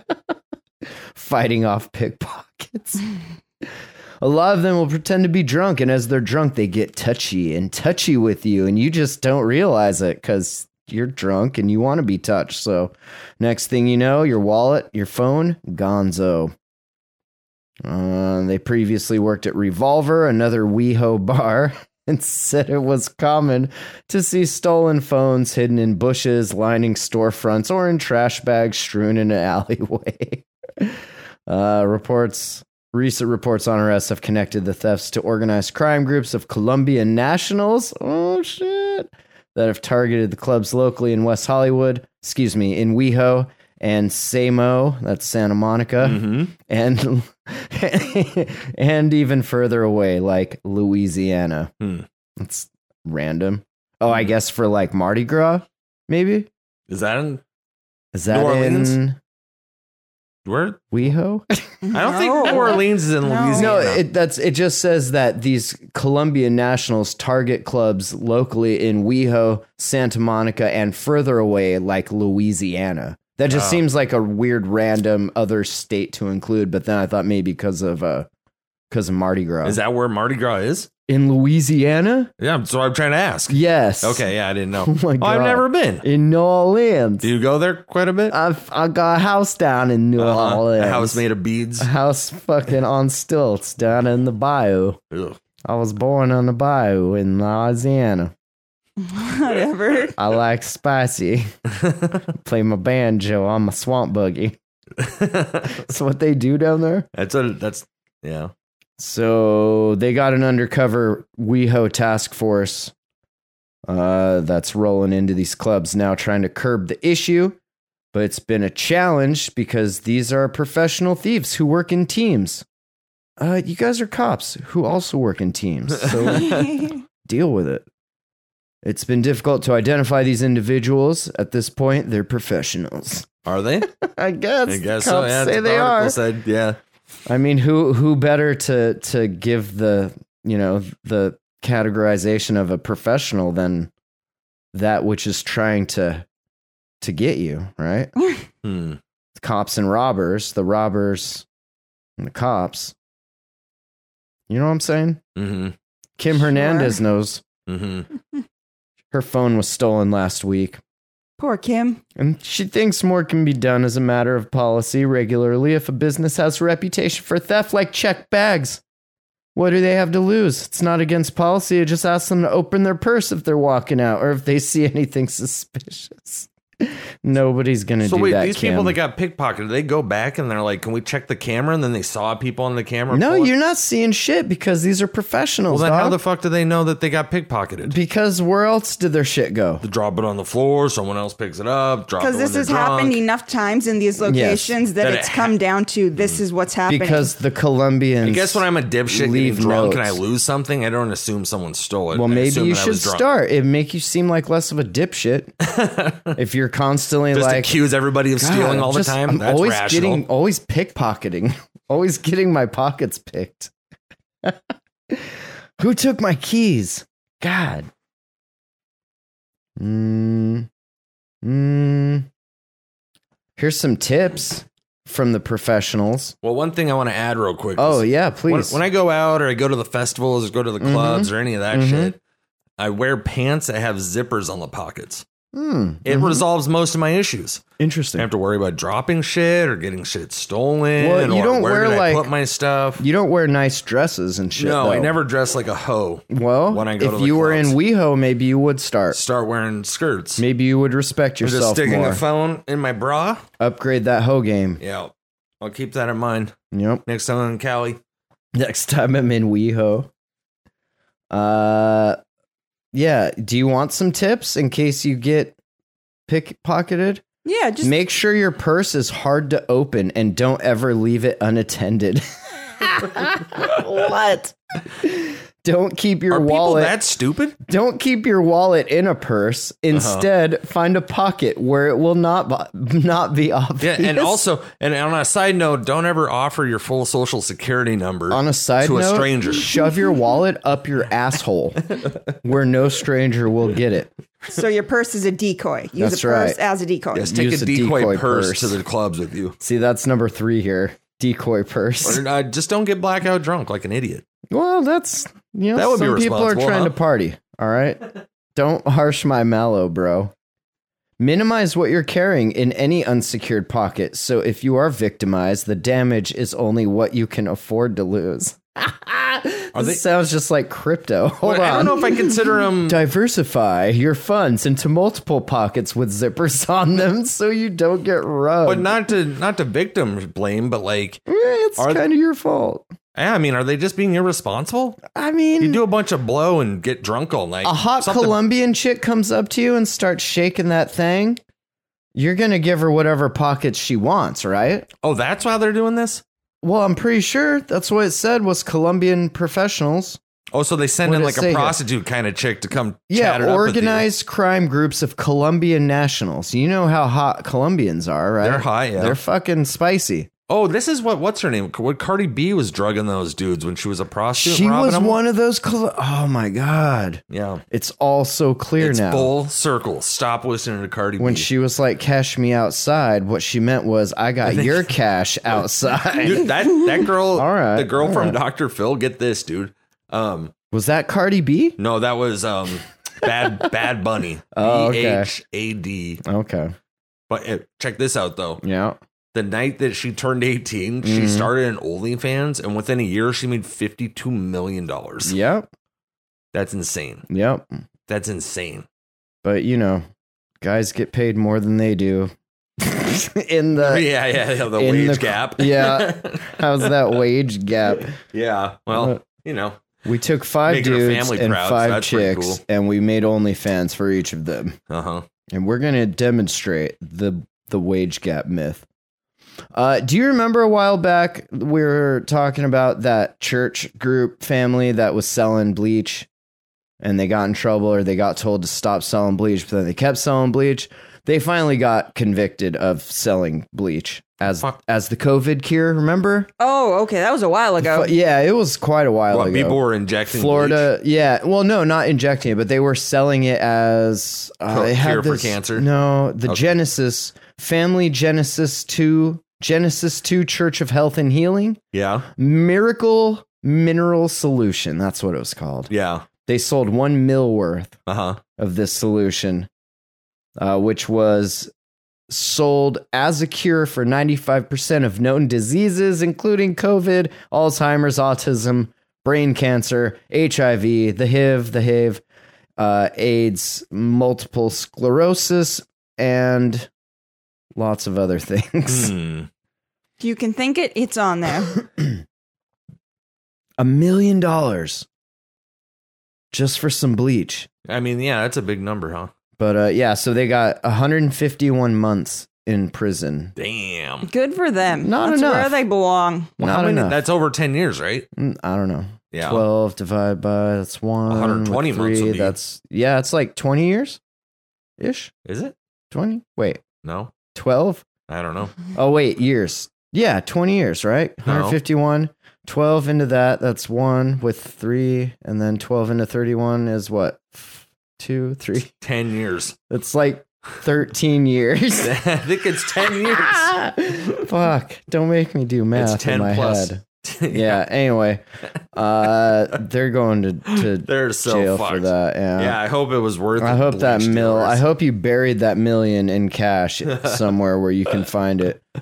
Fighting off pickpockets. A lot of them will pretend to be drunk, and as they're drunk, they get touchy and touchy with you, and you just don't realize it because you're drunk and you want to be touched. So, next thing you know, your wallet, your phone, gonzo. Uh, they previously worked at Revolver, another WeHo bar, and said it was common to see stolen phones hidden in bushes, lining storefronts, or in trash bags strewn in an alleyway. Uh, reports Recent reports on arrests have connected the thefts to organized crime groups of Colombian nationals. Oh, shit. That have targeted the clubs locally in West Hollywood, excuse me, in WeHo and Samo, that's Santa Monica,
Mm-hmm.
and and even further away, like Louisiana.
Hmm.
That's random. Oh, I guess for like Mardi Gras, maybe?
Is that in
Is that
New Orleans?
in
where?
WeHo?
I don't think New Orleans is in
No.
Louisiana.
No, it, that's it. Just says that these Colombian nationals target clubs locally in WeHo, Santa Monica, and further away, like Louisiana. That just
Oh.
seems like a weird, random other state to include. But then I thought maybe because of uh, because of Mardi Gras
is that where Mardi Gras is?
in Louisiana?
Yeah, so I'm trying to ask.
Yes.
Okay, yeah, I didn't know.
Oh my God.
I've never been.
In New Orleans,
Do you go there quite a bit?
I've I got a house down in New
Uh-huh.
Orleans.
A house made of beads.
A house fucking on stilts down in the bayou.
Ugh.
I was born on the bayou in Louisiana.
Whatever.
I like spicy. Play my banjo on my swamp buggy. That's what they do down there.
That's a that's yeah.
So they got an undercover WeHo task force uh, that's rolling into these clubs now, trying to curb the issue. But it's been a challenge because these are professional thieves who work in teams. Uh, you guys are cops who also work in teams. So deal with it. It's been difficult to identify these individuals. At this point, they're professionals.
Are they?
I guess.
I guess so.
cops say
Yeah, that's what
they
the
are.
article Said, yeah.
I mean, who who better to to give the you know the categorization of a professional than that which is trying to to get you right?
Hmm.
cops and robbers, the robbers and the cops. You know what I'm saying?
Mm-hmm.
Kim Hernandez knows
Mm-hmm.
her phone was stolen last week.
Poor Kim.
And she thinks more can be done as a matter of policy regularly if a business has a reputation for theft, like check bags. What do they have to lose? It's not against policy. I just ask them to open their purse if they're walking out or if they see anything suspicious. Nobody's gonna
So
do
wait,
that.
these people
Kim.
that got pickpocketed, they go back and they're like, "Can we check the camera?" And then they saw people on the camera.
no,
pulling-
you're not seeing shit because these are
Well,
professionals.
then how
dog.
the fuck do they know that they got pickpocketed?
because where else did their shit go?
drop it on the floor. Someone else picks it up. Drop it
Because
when
this
they're
has happened
drunk.
enough times in these locations that,
That it
it's
ha-
come down to this is what's happening.
Mm. Because the Colombians.
I guess when I'm a dipshit getting
leave
drunk and I
notes.
lose something, I don't assume someone stole it.
Well,
I
maybe
assume
you
that I
should
was drunk.
start. It make you seem like less of a dipshit if you're constantly
Just
like
accuse everybody of
"God,
stealing all
just-
the time.
I'm
That's
always
rational.
getting, always pickpocketing, always getting my pockets picked. Who took my keys? God. Mm, mm. Here's some tips from the professionals.
Well, one thing I want to add real quick.
Oh
is
yeah,
when,
please.
when I go out or I go to the festivals or go to the clubs or any of that
Mhm.
shit, I wear pants that have zippers on the pockets.
Hmm,
It
mhm.
resolves most of my issues. I
interesting.
don't have to worry about dropping shit or getting shit stolen.
Well, you
or
don't
where
wear,
did
like-
I put my stuff.
You don't wear nice dresses and shit.
no, I
though.
never dress like a hoe.
Well,
when I go
if
to the
you were in
clubs.
WeHo, maybe you would start.
Start wearing skirts.
Maybe you would respect
I'm just
yourself
sticking
more.
a phone in my bra.
Upgrade that hoe game.
Yeah, I'll keep that in mind
Yep.
next time I'm in Cali.
Next time I'm in WeHo. Uh, yeah. Do you want some tips in case you get pickpocketed?
yeah, just
Make sure your purse is hard to open and don't ever leave it unattended. what? Don't keep your
Are people
wallet.
that Uh-huh. stupid?
Don't keep your wallet in a purse. Instead, find a pocket where it will not bo- not be
Yeah,
obvious.
and also, and on a side note, don't ever offer your full social security number
on a side
to
note,
a stranger.
shove your wallet up your asshole where no stranger will get it.
so your purse is a decoy. Use
That's
a purse
right.
as a decoy.
Yes, take a
use a
decoy,
decoy
purse,
purse.
to the clubs with you.
See, that's number three here. Decoy purse.
Or, uh, just don't get blackout drunk like an idiot.
Well, that's you know
That would be
some people are
responsible,
trying
huh?
to party. All right, don't harsh my mallow, bro. Minimize what you're carrying in any unsecured pocket. So if you are victimized, the damage is only what you can afford to lose.
Are they?
This sounds just like crypto. Hold
I don't
on.
know if I consider them.
Diversify your funds into multiple pockets with zippers on them so you don't get robbed.
But not to not to victim blame, but like,
Eh, it's
Are-
kind of your fault.
I mean, are they just being irresponsible?
I mean,
You do a bunch of blow and get drunk all night.
a hot
Something-
Colombian chick comes up to you and starts shaking that thing. You're going to give her whatever pockets she wants, right?
Oh, that's why they're doing this.
Well, I'm pretty sure that's what it said was Colombian professionals.
Oh, so they send
What
in
did it
like
say
a
here?
prostitute kind of chick to come. chat it
Yeah,
up with you.
organized crime groups of Colombian nationals. You know how hot Colombians are, right?
They're hot, yeah.
They're fucking spicy.
Oh, this is what what's her name? What Cardi B was drugging those dudes when she was a prostitute.
she
robbing
was
them?
one of those. Col- oh my god,
Yeah,
it's all so clear
it's
now.
full circle. Stop listening to Cardi
When
B.
she was like, "Cash me outside," what she meant was, "I got
think-
your cash outside."
dude, that that girl,
All right,
the girl
all
from
right.
Doctor Phil. Get this, dude. Um,
was that Cardi B?
no, that was um, bad bad bunny.
Oh,
B
okay.
H A D.
Okay,
But eh, check this out though.
yeah.
The night that she turned 18, she
Mhm.
started an OnlyFans, and within a year, she made $52 million.
Yep.
That's insane.
Yep.
That's insane.
But you know, guys get paid more than they do. in the
yeah, yeah, yeah. The
Uh, in
wage
the-
gap.
yeah. Uh, how's that wage gap?
yeah. Well, you know,
We took five
Making her
dudes
family
and
proud, so
five
that's pretty
chicks,
cool.
and we made OnlyFans for each of them.
uh huh.
and we're going to demonstrate the the wage gap myth. Uh, do you remember a while back we were talking about that church group family that was selling bleach, and they got in trouble or they got told to stop selling bleach, but then they kept selling bleach. They finally got convicted of selling bleach as
Fuck.
as the COVID cure. Remember?
Oh, okay. That was a while ago.
But yeah, it was quite a while
What
ago.
people were injecting
Florida, yeah. Well, no, not injecting it, but they were selling it as uh,
Cure-
they had
cure for
this-
cancer?
No, the
Okay.
Genesis Family Genesis Two Genesis Two Church of Health and Healing
bleach? Yeah.
Miracle Mineral Solution. That's what it was called.
Yeah.
They sold one mil worth
Uh huh.
of this solution, uh, which was sold as a cure for 95% of known diseases, including COVID, Alzheimer's, autism, brain cancer, HIV, the HIV, the HIV, uh, AIDS, multiple sclerosis, and lots of other things.
Hmm.
If you can think it, it's on there.
A million dollars just for some bleach.
I mean, yeah, that's a big number, huh?
But uh, yeah, so they got 151 months in prison
Damn.
Good for them.
Not
That's
enough.
where they belong.
Well,
Not
how many?
enough.
That's over 10 years, right?
Mm, I don't know.
Yeah.
12 divided by that's one.
120
with
months would be-
That's yeah, it's like 20 years ish.
Is it?
20? Wait,
No.
12?
I don't know.
Oh, wait, years. Yeah, 20 years, right?
No.
151. 12 into that, that's one with three. And then 12 into 31 is what? Two, three.
10 years.
That's like 13 years.
I think it's 10 years.
Fuck. Don't make me do math.
It's 10
in my
plus.
Head. Yeah, anyway. Uh, they're going to, to
They're so
jail
fucked.
for that. Yeah.
Yeah, I hope it was worth.
I
the
hope that
bleach
mill. I
dealers.
hope you buried that million in cash somewhere where you can find it. Uh,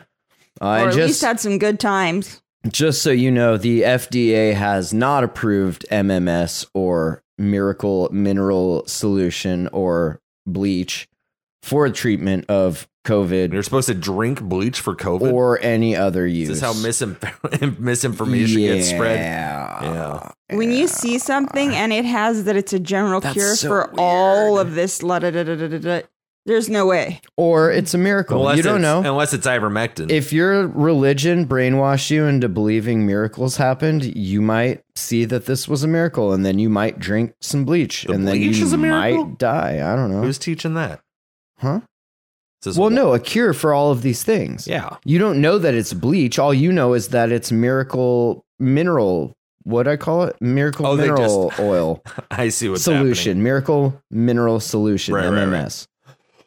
Or
and
at least
just
had some good times.
just so you know, the FDA has not approved MMS or miracle mineral solution or bleach for treatment of
you're
COVID
supposed to drink bleach for COVID.
or any other use.
this is how misinf- misinformation gets spread.
Yeah.
Yeah,
When you see something and it has that it's a general
That's
cure
so
for all of this, la da da da da da da, there's no way.
Or it's a miracle. you don't know.
it's- unless it's ivermectin.
if your religion brainwashed you into believing miracles happened, you might see that this was a miracle, and then you might drink some bleach,
The
and then
bleach
you
is a miracle?
might die. I don't know.
Who's teaching that?
Huh?
This is-
Well, no, a cure for all of these things.
Yeah,
You don't know that it's bleach. All you know is that it's miracle mineral. What I call it? Miracle
Oh, they just-
mineral oil
I see what's
solution. Miracle mineral solution.
Right, right, right.
MMS.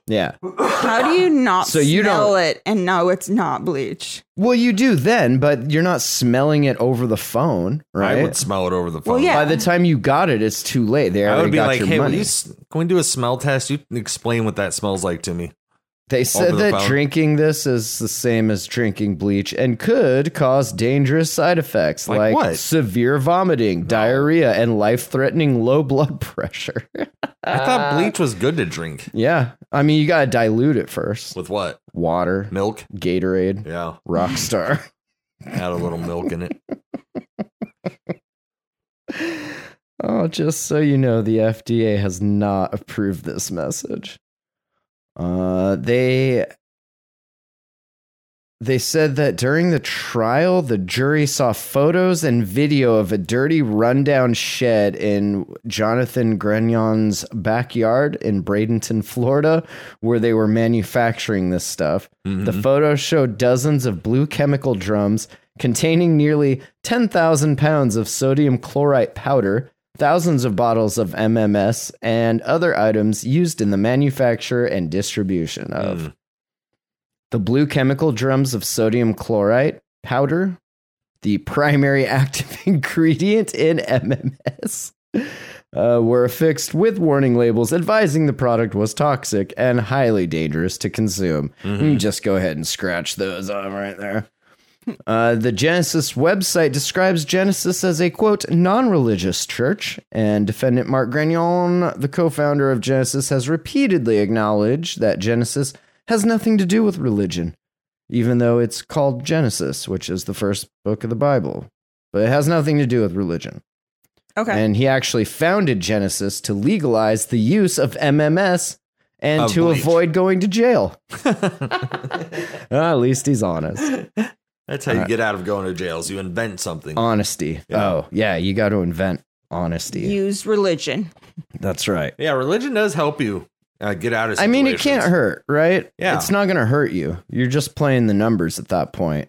Yeah.
How do you not
So you don't-
smell it and know it's not bleach?
Well, you do then, but you're not smelling it over the phone, right?
happening. I would smell it over the phone.
Well, yeah.
By the time you got it, it's too late. They
I
already
would be
got
like,
your
"Hey, will
money.
you, s- can we do a smell test? You explain what that smells like to me."
They said
the
that
phone.
drinking this is the same as drinking bleach and could cause dangerous side effects
Like
like,
what?
severe vomiting, diarrhea, and life threatening low blood pressure.
I
Uh,
thought bleach was good to drink.
yeah. I mean, you got to dilute it first.
With what?
Water,
Milk?
Gatorade,
Yeah.
Rockstar.
Add a little milk in it.
Oh, just so you know, the FDA has not approved this message. Uh, they they said that during the trial, the jury saw photos and video of a dirty, rundown shed in Jonathan Gregnon's backyard in Bradenton, Florida, where they were manufacturing this stuff.
Mm-hmm.
The photos showed dozens of blue chemical drums containing nearly 10,000 pounds of sodium chlorite powder, thousands of bottles of MMS, and other items used in the manufacture and distribution of. The blue chemical drums of sodium chlorite powder, the primary active ingredient in MMS, uh, were affixed with warning labels advising the product was toxic and highly dangerous to consume. You can just go ahead and scratch those off right there. Uh, the Genesis website describes Genesis as a quote non religious church, and defendant Mark Grignon, the co founder of Genesis, has repeatedly acknowledged that Genesis has nothing to do with religion, even though it's called Genesis, which is the first book of the Bible. But it has nothing to do with religion.
Okay.
And he actually founded Genesis to legalize the use of MMS and
Of
to
bleach.
avoid going to jail. Ah, At least he's honest.
That's how you get out of going to jails. You invent something.
Uh, Honesty.
Yeah.
Oh, yeah. You got to invent honesty.
Use religion.
That's right.
yeah, religion does help you uh, get out of
I mean, it can't
situations.
hurt, right?
Yeah.
It's not going to hurt you. You're just playing the numbers at that point.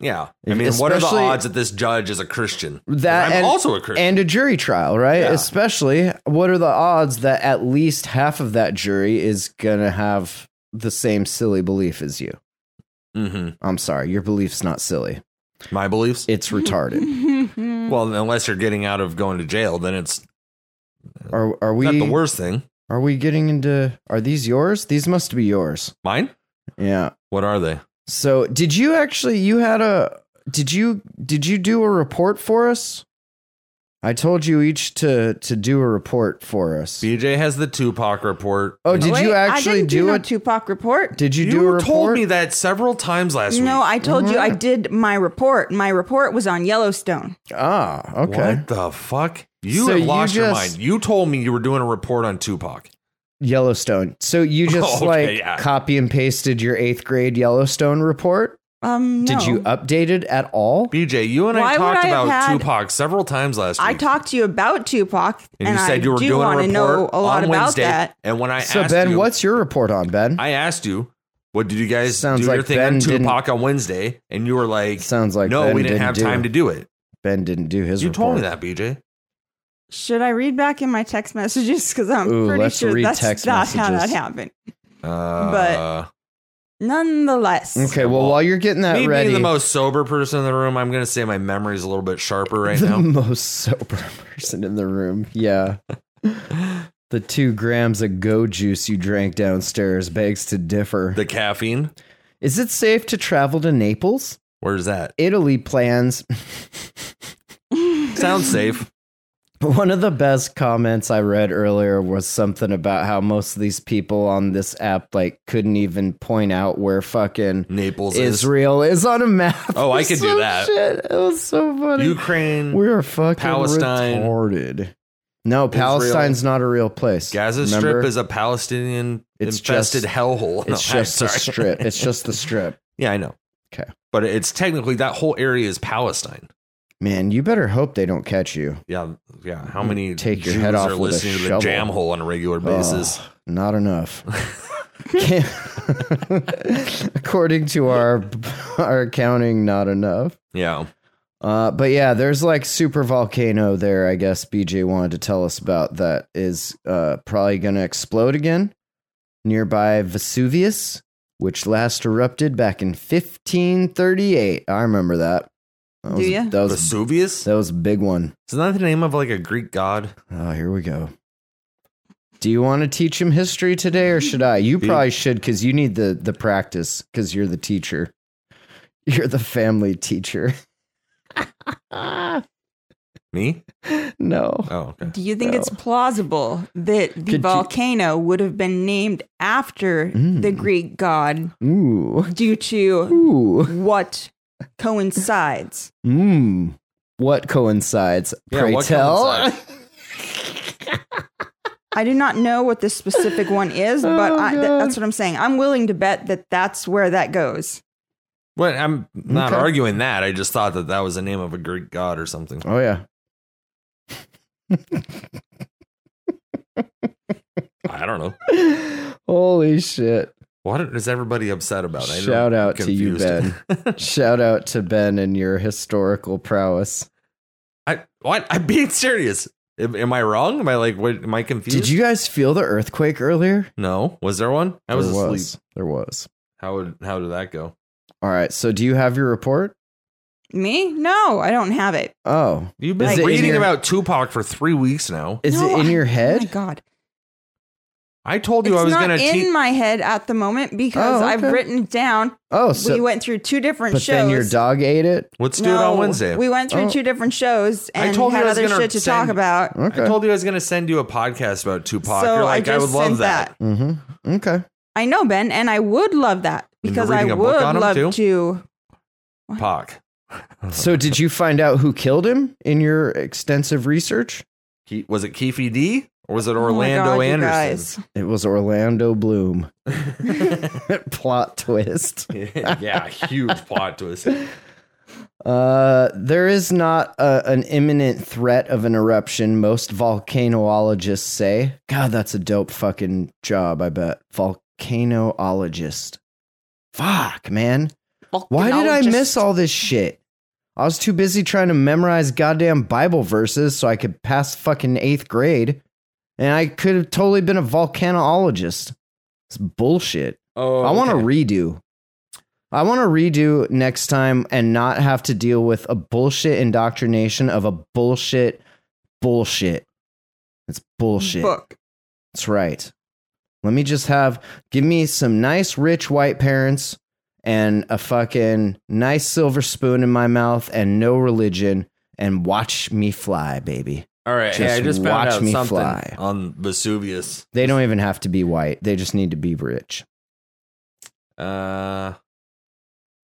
Yeah. I
If-
mean, what are the
especially-
odds that this judge is a Christian?
That
I'm
and,
also a Christian.
and a jury trial, right?
Yeah.
Especially, what are the odds that at least half of that jury is going to have the same silly belief as you?
hmm
I'm sorry, your belief's not silly.
My beliefs?
It's retarded.
well, unless you're getting out of going to jail, then it's
Are are we
not the worst thing.
are we getting into are these yours? These must be yours.
Mine?
Yeah.
What are they?
So, did you actually you had a did you did you do a report for us? I told you each to to do a report for us.
BJ has the Tupac report.
Oh, did
Wait,
you
I
actually
didn't
do
no
a
Tupac report?
Did you,
You,
do a report?
told me that several times last
no,
week.
I told you I did my report. My report was on Yellowstone.
Ah, okay.
What the fuck? You
So
have
you
lost your
just-
mind. You told me you were doing a report on Tupac.
Yellowstone. So you just
Okay,
like
yeah.
copy and pasted your 8th grade Yellowstone report?
Um, no.
Did you update it at all?
BJ, you and
Why
I
would
talked
I have
about
had-
Tupac several times last week.
I talked to you about Tupac,
and you said
I
you were
do
doing a
want
report
to know a
on
lot about
Wednesday.
that.
And when I
So
asked
Ben,
you,
what's your report on Ben?
I asked you, what did you guys
Sounds
do your
like
thing
Ben
on
didn't-
Tupac on Wednesday? And you were like,
Sounds like
no,
Ben
we didn't,
didn't
have
do
time
it.
to do it.
ben didn't do his
You told
report.
me that, BJ.
Should I read back in my text messages? Because I'm
Ooh,
pretty
let's
sure
read
that's
text
not how that
messages.
happened.
Uh,
Nonetheless,
Okay, well, while you're getting that
me
ready,
being the most sober person in the room, I'm going to say my memory's a little bit sharper right
the
now.
most sober person in the room. Yeah. the two grams of go juice you drank downstairs begs to differ.
The caffeine.
Is it safe to travel to Naples?
Where's that?
Italy plans.
Sounds safe.
One of the best comments I read earlier was something about how most of these people on this app like couldn't even point out where fucking
Naples is.
Israel is on a map.
Oh, I
or
could do
some
that.
Shit. It was so funny.
Ukraine.
We are fucking
Palestine.
retarded. No, Palestine's not a real place.
Gaza
Remember?
Strip is a Palestinian
It's
infested
just-
hellhole. No,
It's
I'm
just the
sorry.
strip. It's just the strip.
yeah, I know.
Okay.
But it's technically that whole area is Palestine.
Man, you better hope they don't catch you.
Yeah, yeah. How many
Mm, Take your
Jews
head off
are
with a
listening to the
shovel.
jam hole on a regular basis?
Ugh, not enough. Can't- According to our our accounting, not enough.
Yeah.
Uh, but yeah, there's like super volcano there. I guess BJ wanted to tell us about that is uh, probably going to explode again nearby Vesuvius, which last erupted back in 1538. I remember that. that
Do
was,
ya?
That was
Vesuvius?
that was a big one.
Isn't that the name of like a Greek god?
Oh, here we go. Do you want to teach him history today or should I? You probably should because you need the, the practice because you're the teacher. You're the family teacher.
Me?
No.
Oh, okay.
Do you think it's plausible that the
Could you-
volcano would have been named after the
Mm.
Greek god
Ooh.
due to
Ooh.
what coincides?
Mmm. What coincides?
Hmm. Yeah,
Pray
what
tell.
coincides?
I do not know what this specific one is,
Oh,
but I, th- that's what I'm saying. I'm willing to bet that that's where that goes.
Well, I'm not
Okay.
arguing that. I just thought that that was the name of a Greek god or something.
oh, yeah.
I don't know.
Holy shit.
What is everybody upset about? I know
Shout
I'm
out to you,
confused.
Shout out to Ben and your historical prowess.
I what? I'm being serious. Am, am I wrong? Am I like? What, am I confused?
Did you guys feel the earthquake earlier?
No. Was there one? I was
there
asleep.
was. There was.
How would how did that go?
All right. So, do you have your report?
Me? No, I don't have it.
Oh,
You've
Is
been
it in
reading
your-
about Tupac for three weeks now.
is
No,
it in
I-
your
Oh my
head?
god.
I told you
it's
I was
not
gonna
in
teach.
my head at the moment because
Oh,
I've
okay.
written it down.
oh, so
we went through two different
but
shows.
then your dog ate it.
Let's do it
No,
on Wednesday.
We went through
Oh.
two different shows
I
and
told you
had
I was
other
gonna
shit to
send-
talk about.
Okay.
I told you I was gonna send you a podcast about Tupac.
So
You're
I
like, I,
just
would love
sent
that.
that.
mm-hmm. Okay.
Uh-huh.
I know, Ben, and I would love that
And you're
because I
reading a book
would
on 'em,
love
too?
to.
Pac.
So, did you find out who killed him in your extensive research?
He, was it Keefe D or was it
Oh my
Orlando
God, you
Anderson?
guys.
It was Orlando Bloom. Plot twist.
yeah, huge plot twist.
Uh, there is not a, an imminent threat of an eruption, most volcanologists say. God, that's a dope fucking job, I bet. Volcanologist. Fuck, man. Why did I miss all this shit? I was too busy trying to memorize goddamn Bible verses so I could pass fucking eighth grade. And I could have totally been a volcanologist. It's bullshit.
Oh,
I want to
okay.
redo. I want to redo next time and not have to deal with a bullshit indoctrination of a bullshit bullshit. It's bullshit.
Book.
That's right. Let me just have give me some nice rich white parents and a fucking nice silver spoon in my mouth and no religion and watch me fly, baby.
All right, hey,
Just
I just found
watch
out
me
something
fly.
on Vesuvius.
They don't even have to be white. They just need to be rich.
Uh,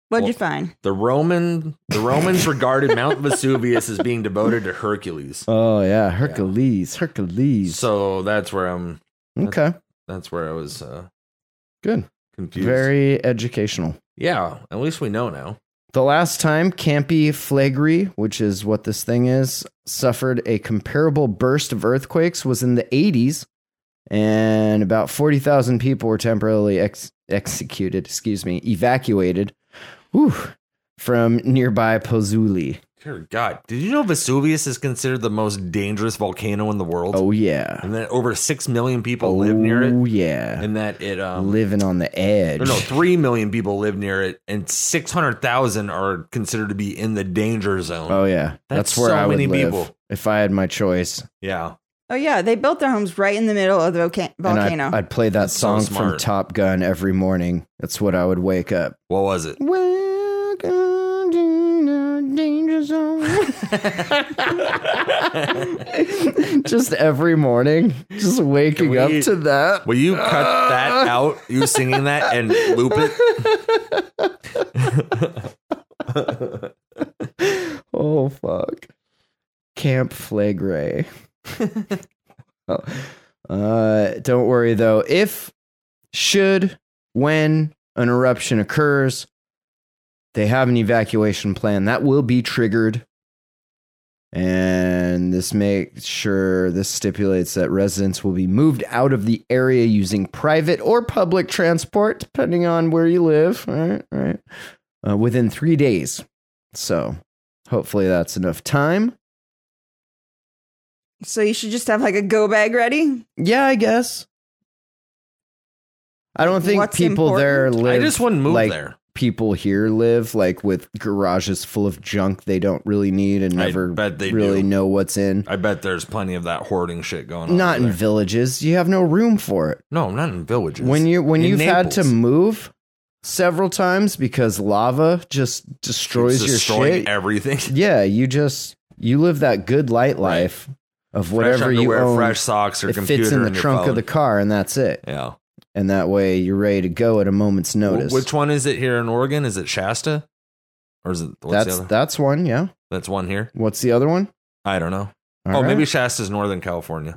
What'd
Well-
you find?
the Roman the Romans regarded Mount Vesuvius as being devoted to Hercules.
Oh yeah, Hercules, Hercules.
So that's where I'm.
okay.
That's where I was uh,
Good.
confused.
Very educational.
yeah. At least we know now.
The last time Campi Flegrei, which is what this thing is, suffered a comparable burst of earthquakes was in the 80s, and about 40,000 people were temporarily ex- executed, excuse me, evacuated whew, from nearby Pozzuoli.
Dear God, did you know Vesuvius is considered the most dangerous volcano in the world?
Oh, yeah.
And that over six million people live near it,
Oh, yeah.
and that it um,
Living on the edge.
or no, three million people live near it, and six hundred thousand are considered to be in the danger zone.
Oh, yeah.
That's
That's, where
so
I would
many
live
people.
if I had my choice.
yeah,
Oh, yeah. They built their homes right in the middle of the
And
volca-
I'd-
volcano.
I'd, play that
That's so
song from
smart.
Top Gun every morning. That's what I would wake up.
what was it?
Welcome to the danger zone. just every morning, just waking
Can
up
we-
to that.
Will you cut that out? You singing that and loop it?
Oh fuck, Camp Flagray. oh. uh, don't worry though. If should when an eruption occurs, they have an evacuation plan that will be triggered. And this makes sure this stipulates that residents will be moved out of the area using private or public transport, depending on where you live. All right, all right. Uh, within three days. So hopefully that's enough time.
so you should just have like a go bag ready.
Yeah, I guess. I don't think
What's
people there
important?
live.
I just wouldn't move
like,
there.
people here live, like with garages full of junk they don't really need and
I
never
bet they
really
do.
know what's in.
I bet there's plenty of that hoarding shit going on.
Not in
over there.
villages. You have no room for it.
no, not in villages.
When you when
In
you've had to
Naples.
move several times because lava just destroys
It's
your
destroying
shit.
everything.
yeah, you just you live that good light life of whatever
fresh
you
underwear,
own.
fresh socks, or
it
computer
fits in the
and your
trunk
phone.
of the car, and that's it.
Yeah.
And that way, you're ready to go at a moment's notice.
Wh- Which one is it here in Oregon? Is it Shasta? Or is it what's the
that's
other?
that's one. Yeah.
That's one here.
What's the other one?
I don't know.
All
oh,
right.
maybe Shasta's Northern California.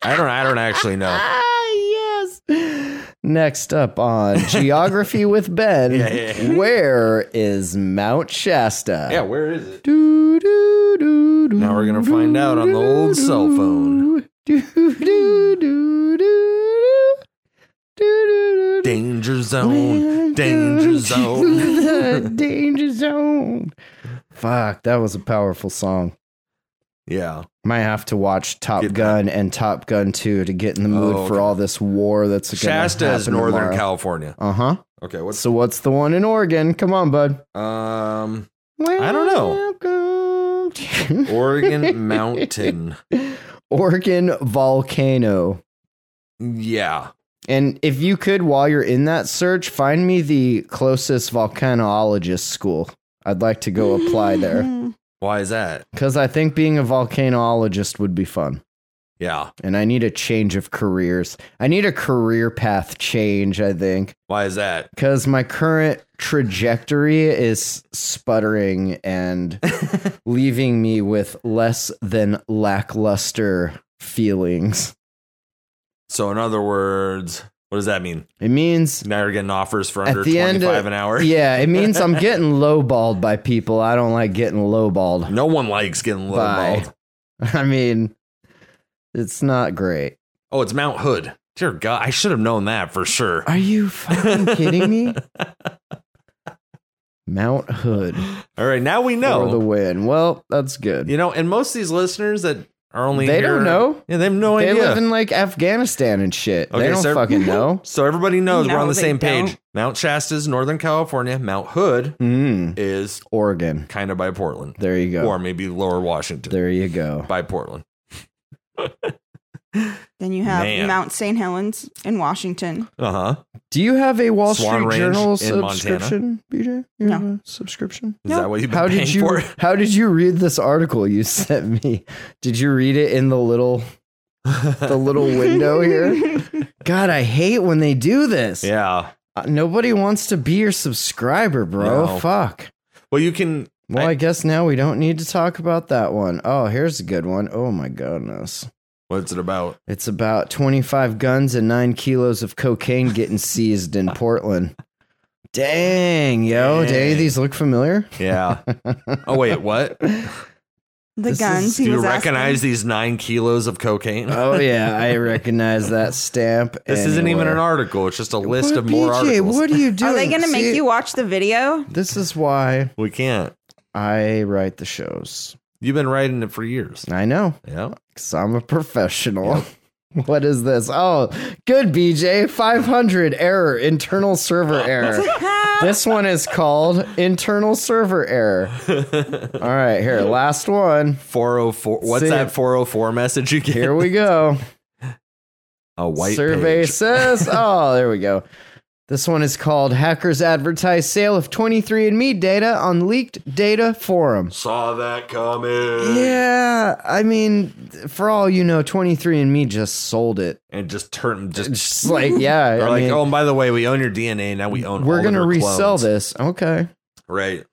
I don't. I don't actually know.
Ah, yes. Next up on Geography with Ben,
Yeah, yeah, yeah.
where is Mount Shasta?
Yeah, where is it?
Do, do, do, do,
Now we're gonna find out on the old cell phone.
Do, do, do, do, do, do, do, do.
Danger zone. Danger
Welcome
zone.
to the danger zone. Fuck, that was a powerful song.
Yeah.
Might have to watch Top
Get that.
Gun and Top Gun 2 to get in the mood
Oh,
for
okay.
all this war that's going to happen
Shasta is Northern California.
Uh
Okay.
huh.
What's
So what's the one in Oregon? Come on, bud.
um I don't know.
Welcome to-
Oregon Mountain?
Oregon volcano.
Yeah.
And if you could, while you're in that search, find me the closest volcanologist school. I'd like to go apply there
Why is that?
because I think being a volcanologist would be fun.
Yeah.
And I need a change of careers. I need a career path change, I think,
Why is that?
because my current trajectory is sputtering and leaving me with less than lackluster feelings.
So in other words, what does that mean?
It means
Now you're getting offers for
At
under
the end
twenty
of-
five an hour.
Yeah, it means I'm getting lowballed by people. I don't like getting lowballed.
No one likes getting
Bye.
lowballed.
I mean, it's not great.
Oh, it's Mount Hood. Dear God, I should have known that for sure.
Are you fucking kidding me? Mount Hood
All right, now we
for the
know.
win. Well, that's good.
You know, and most of these listeners that are only
They
here-
don't know.
Yeah, they have no
they
idea.
live in like Afghanistan and shit.
Okay,
they don't
sir.
fucking know.
so everybody knows we're
No,
on the
they
same page.
don't.
Mount Shasta's Northern California. Mount Hood
Mm,
is
Oregon.
kind of by Portland,
There you go.
or maybe Lower Washington
There you go.
by Portland.
Then you have
Man.
Mount St. Helens in Washington.
Uh huh.
Do you have a Wall
Swan
Street
Range
Journal
in Montana.
subscription, BJ? You
No.
have a subscription?
Is
Nope.
that what you've been
How
paying
did you
for?
How did you read this article you sent me? Did you read it in the little the little window here? God, I hate when they do this.
yeah.
Uh, Nobody wants to be your subscriber, bro.
No.
Fuck.
Well, you can.
Well,
I-
I, guess now we don't need to talk about that one. Oh, here's a good one. Oh my goodness.
What's it about?
It's about 25 guns and 9 kilos of cocaine getting seized in Portland. Dang, yo. Did any
Dang.
of these look familiar?
Yeah. oh wait, what?
The
This is-
guns.
do
he
you
was
recognize
asking.
these nine kilos of cocaine?
Oh yeah, I recognize that stamp.
this isn't even an
anywhere.
article. It's just a list
What,
of more
BJ,
articles.
What are you doing?
Are they going to
See,
make you watch the video?
This is why
we can't.
I write the shows.
You've been writing it for years.
I know,
Yeah.
cause I'm a professional. What is this? Oh, good, BJ. 500 error, internal server error. this one is called internal server error. All right, here, last one.
404. What's
See
that
it.
404 message you get?
Here we go.
a white
survey
page.
says oh there we go this one is called hackers advertise sale of 23andme data on leaked data forum
Saw that coming.
yeah i mean for all you know 23andme just sold it
And just turn, just,
just like yeah
they're
I
like,
mean,
oh, and by the way, we own your DNA. Now we own all
we're
of
gonna
your
resell
clones."
this okay
Right.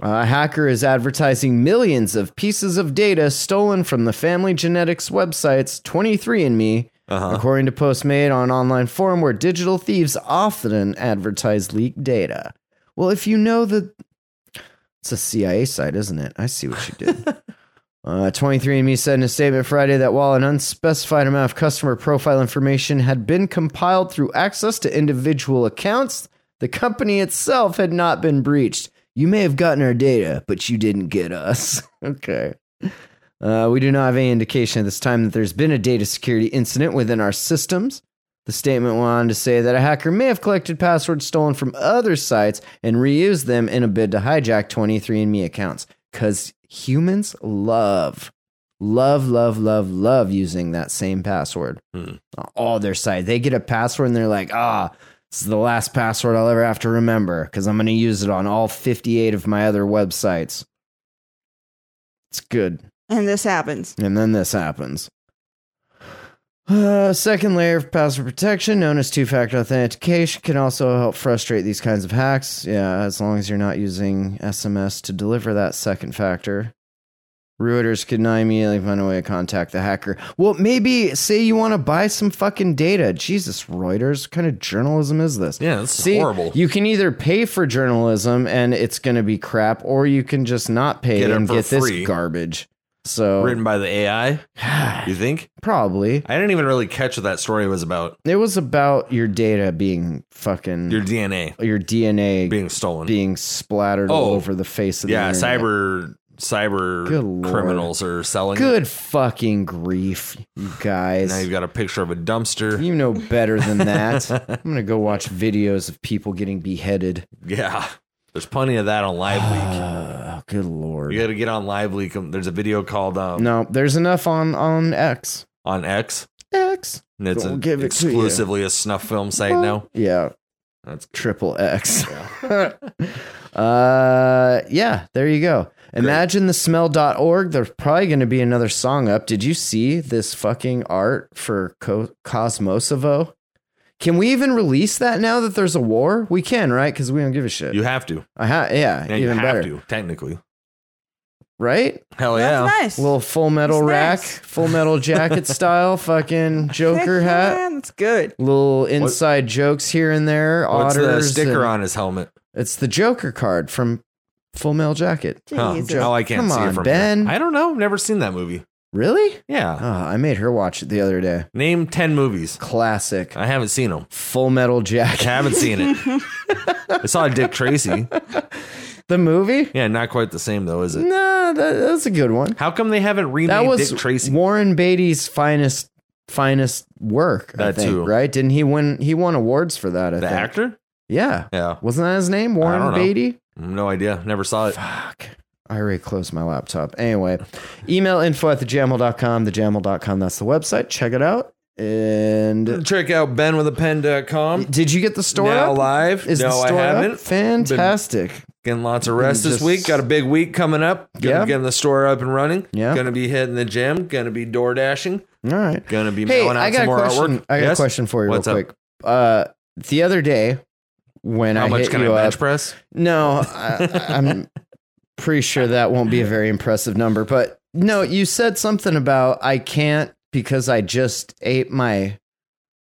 A hacker is advertising millions of pieces of data stolen from the family genetics websites 23andMe,
Uh-huh.
according to posts made on online forum where digital thieves often advertise leaked data. Well, if you know the. It's a CIA site, isn't it? I see what you did. Uh, 23andMe said in a statement Friday that while an unspecified amount of customer profile information had been compiled through access to individual accounts, the company itself had not been breached. You may have gotten our data, but you didn't get us. okay. Uh, we do not have any indication at this time that there's been a data security incident within our systems. The statement went on to say that a hacker may have collected passwords stolen from other sites and reused them in a bid to hijack 23andMe accounts. Because humans love, love, love, love, love using that same password
Hmm.
on all their site. They get a password and they're like, ah, this is the last password I'll ever have to remember because I'm going to use it on all 58 of my other websites. It's good.
And this happens.
And then this happens. Uh, second layer of password protection, known as two factor authentication, can also help frustrate these kinds of hacks. Yeah, as long as you're not using SMS to deliver that second factor. Reuters could not immediately find a way to contact the hacker. Well, maybe say you want to buy some fucking data. Jesus, Reuters, what kind of journalism is this?
Yeah, that's
See,
horrible.
You can either pay for journalism and it's going to be crap, or you can just not pay
Get it
and
for
get
free.
this garbage. So
Written by the AI, you think?
Probably.
I didn't even really catch what that story was about.
It was about your data being fucking
Your
your,
DNA
DNA being,
being stolen.
splattered all
Oh.
over the face of
yeah,
the internet.
cyber cyber
Good lord.
criminals are selling. it.
Good fucking grief, you guys.
Now you've got a picture of a dumpster.
you know better than that. I'm gonna go watch videos of people getting beheaded.
Yeah, there's plenty of that on LiveLeak.
Oh, good lord.
you got to get on LiveLeak. There's a video called um,
No, there's enough on on X.
on X.
X.
And it's
We'll
an
give it to you.
exclusively a snuff film site now.
Yeah,
That's
triple X. uh, yeah, there you go. Imagine the smell.org. There's probably going to be another song up. Did you see this fucking art for Co- Cosmosovo? Can we even release that now that there's a war? We can, right? Because we don't give a shit.
you have to.
I ha- yeah,
Yeah, you
even
have
better,
to technically.
right?
Hell yeah.
That's nice.
Little full metal
It's
rack,
nice.
full metal jacket style, fucking Joker
Heck
hat,
yeah, That's good.
little inside jokes here and there.
What's the
otters
sticker
and-
on his helmet?
It's the Joker card from Full Metal Jacket.
Huh.
Jesus.
Oh, I can't
Come
see
on,
it from
Ben.
Here. I don't know. Never seen that movie.
Really?
Yeah.
Oh, I made her watch it the other day.
Name ten movies.
Classic.
I haven't seen them.
Full Metal Jacket.
Haven't seen it. I saw Dick Tracy.
The movie?
Yeah, not quite the same though, is it?
Nah, that, that's a good one.
How come they haven't remade
That was
Dick Tracy?
Warren Beatty's finest finest work. I
That
think,
too.
Right? Didn't he win he won awards for that, I
the
think.
actor?
Yeah.
Yeah,
Wasn't that his name?
don't
Warren
know.
Beatty?
no idea. Never saw it.
Fuck. I already closed my laptop. Anyway, email info at thejamel.com, thejamel.com. That's the website. Check it out. And
Check out benwithapen.com.
did you get the store
Hmm. now
up?
live.
Is
no,
the store
I
up?
haven't.
Fantastic.
Getting lots of rest
Just-
this week. Got a big week coming up. Gonna
Yeah.
be getting the store up and running.
Yeah.
Gonna be hitting the gym. Gonna be door dashing.
All right.
Gonna be
Hey,
mailing out
I got
some
a
more
question.
artwork.
I got
Yes?
a question for you
What's
real
up?
quick. Uh, the other day when
How
I
much
hit
can I
you
bench
up,
press?
no, I, I'm pretty sure that won't be a very impressive number. But no, you said something about I can't because I just ate my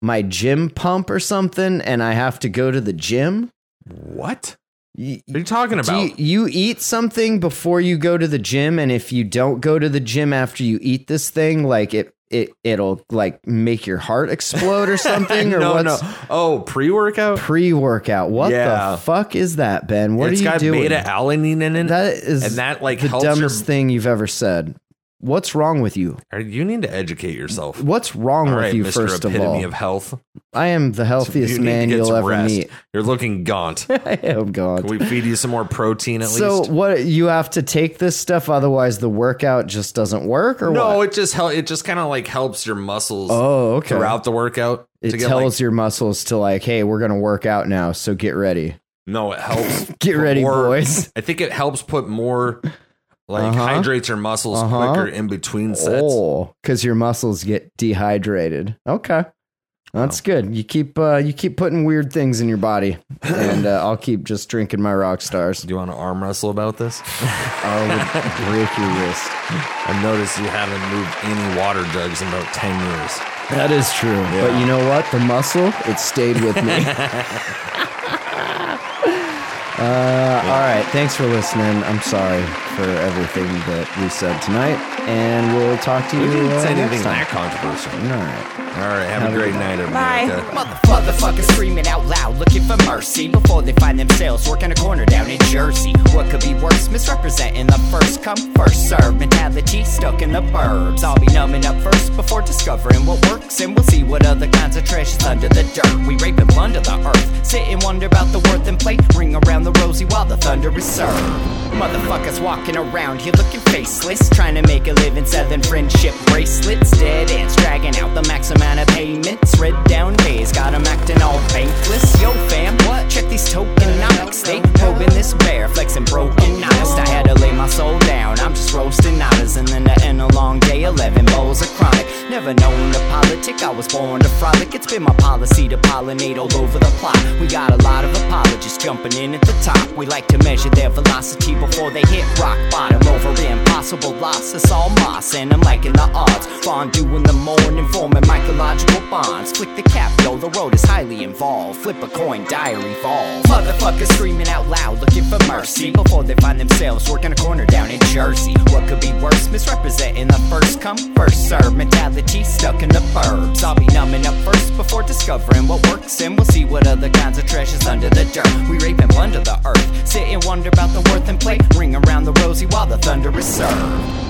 my gym pump or something, and I have to go to the gym.
What?
Y-
What are you talking
do
about?
you, you eat something before you go to the gym, and if you don't go to the gym after you eat this thing, like it it it'll like make your heart explode or something, or
no,
what's
no. Oh, pre-workout.
pre-workout? What
Yeah.
the fuck is that, Ben? What
It's
are you
got
doing?
beta alanine in it.
that is
and that, like,
the
helps your-
dumbest thing you've ever said. What's wrong with you?
you need to educate yourself.
What's wrong
All
with
right,
you?
Mr.
First of
Epitome
all,
of Health.
I am the healthiest
You need
man
to get
you'll
some
ever
rest.
meet.
You're looking gaunt. Can
I am God.
we feed you some more protein at
so
least?
what? You have to take this stuff, otherwise the workout just doesn't work, or what?
No, it just hel- it just kind of like helps your muscles
Oh, okay.
throughout the workout.
it
to get
tells
like,
your muscles to like, hey, we're gonna work out now, so get ready.
no, it helps.
Get
put
ready,
more-
boys.
I think it helps put more like
Uh-huh.
hydrates your muscles
Uh-huh.
quicker in between sets.
Oh, because your muscles get dehydrated. Okay, that's good. You keep uh, you keep putting weird things in your body, and uh, I'll keep just drinking my rock stars.
Do you want to arm wrestle about this?
I'll break your wrist.
I've noticed you haven't moved any water jugs in about ten years.
That is true. But you know what? The muscle, it stayed with me. Uh, All right. Thanks for listening. I'm sorry for everything that we said tonight, and we'll talk to you.
We didn't
uh,
say
next
anything
time.
that controversial.
All right.
All right. Have,
Have
a
a
great
good
night, everybody.
Bye.
out there.
Motherfuckers screaming out loud, looking for mercy before they find themselves working a corner down in Jersey. What could be worse? Misrepresenting the first come, first serve mentality stuck in the burbs. I'll be numbing up first before discovering what works, and we'll see what other kinds of trash is under the dirt. We rape and plunder the earth, sit and wonder about the worth and plate, ring around the rosy while the thunder is served. Motherfuckers walking around here looking faceless, trying to make a living selling friendship bracelets. Dead ants dragging out the max amount of payments. Red down days got 'em acting all bankless. Yo, fam, what? Check these tokenomics. They probing this bear, flexing broken honest. I had to lay my soul down. I'm just roasting otters, and then to end a long day, 11 bowls of chronic. Never known to politic, I was born to frolic. It's been my policy to pollinate all over the plot. We got a lot of apologists jumping in at the top. We like to measure their velocity before they hit rock bottom. Over impossible loss, it's all moss, and I'm liking the odds. Fondue in the morning, forming mycological bonds. Flick the cap, yo, the road is highly involved. Flip a coin, diary fall. Motherfuckers screaming out loud, looking for mercy before they find themselves working a corner down in Jersey. What could be worse? Misrepresenting the first come, first serve mentality stuck in the burbs. I'll be numbing up first before discovering what works, and we'll see what other kinds of treasures under the dirt. We rape and plunder the earth, sit and wonder about the worth and play, ring around the rosy while the thunder is served.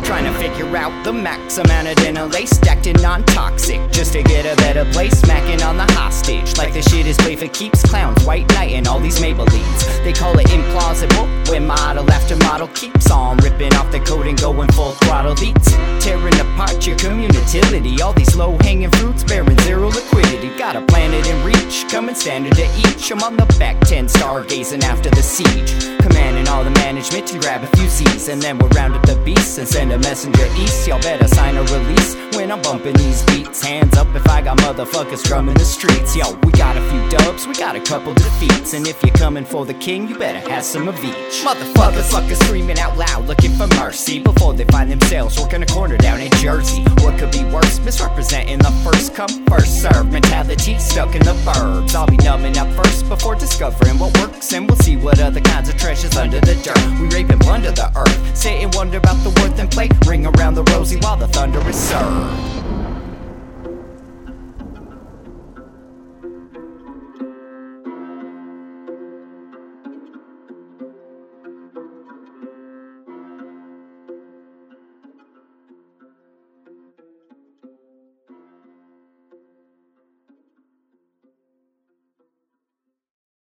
Trying to figure out the max amount of dinner lace stacked in non-toxic just to get a better place. Smacking on the hostage like the shit is play for keeps. Clowns, white knight, and all these Maybellines. They call it implausible when model after model keeps on ripping off the coat and going full throttle beats, tearing apart your community. All these low-hanging fruits bearing zero liquidity. Got a planet in reach, coming standard to each. I'm on the back ten, stargazing after the siege, commanding all the management to grab a few Z's, and then we'll round up the beasts and send a messenger east. Y'all better sign a release when I'm bumping these beats. Hands up if I got motherfuckers drumming the streets. Yo, we got a few dubs, we got a couple defeats, and if you're coming for the king, you better have some of each. Motherfuckers, fuckers screaming out loud, looking for mercy before they find themselves working a corner down in Jersey. What could be worse? Misrepresenting the first come, first serve mentality stuck in the burbs. I'll be numbing up first before discovering what works, and we'll see what other kinds of treasures under the dirt. We rape and plunder the earth, sit and wonder about the worth and play. Ring around the rosy while the thunder is served.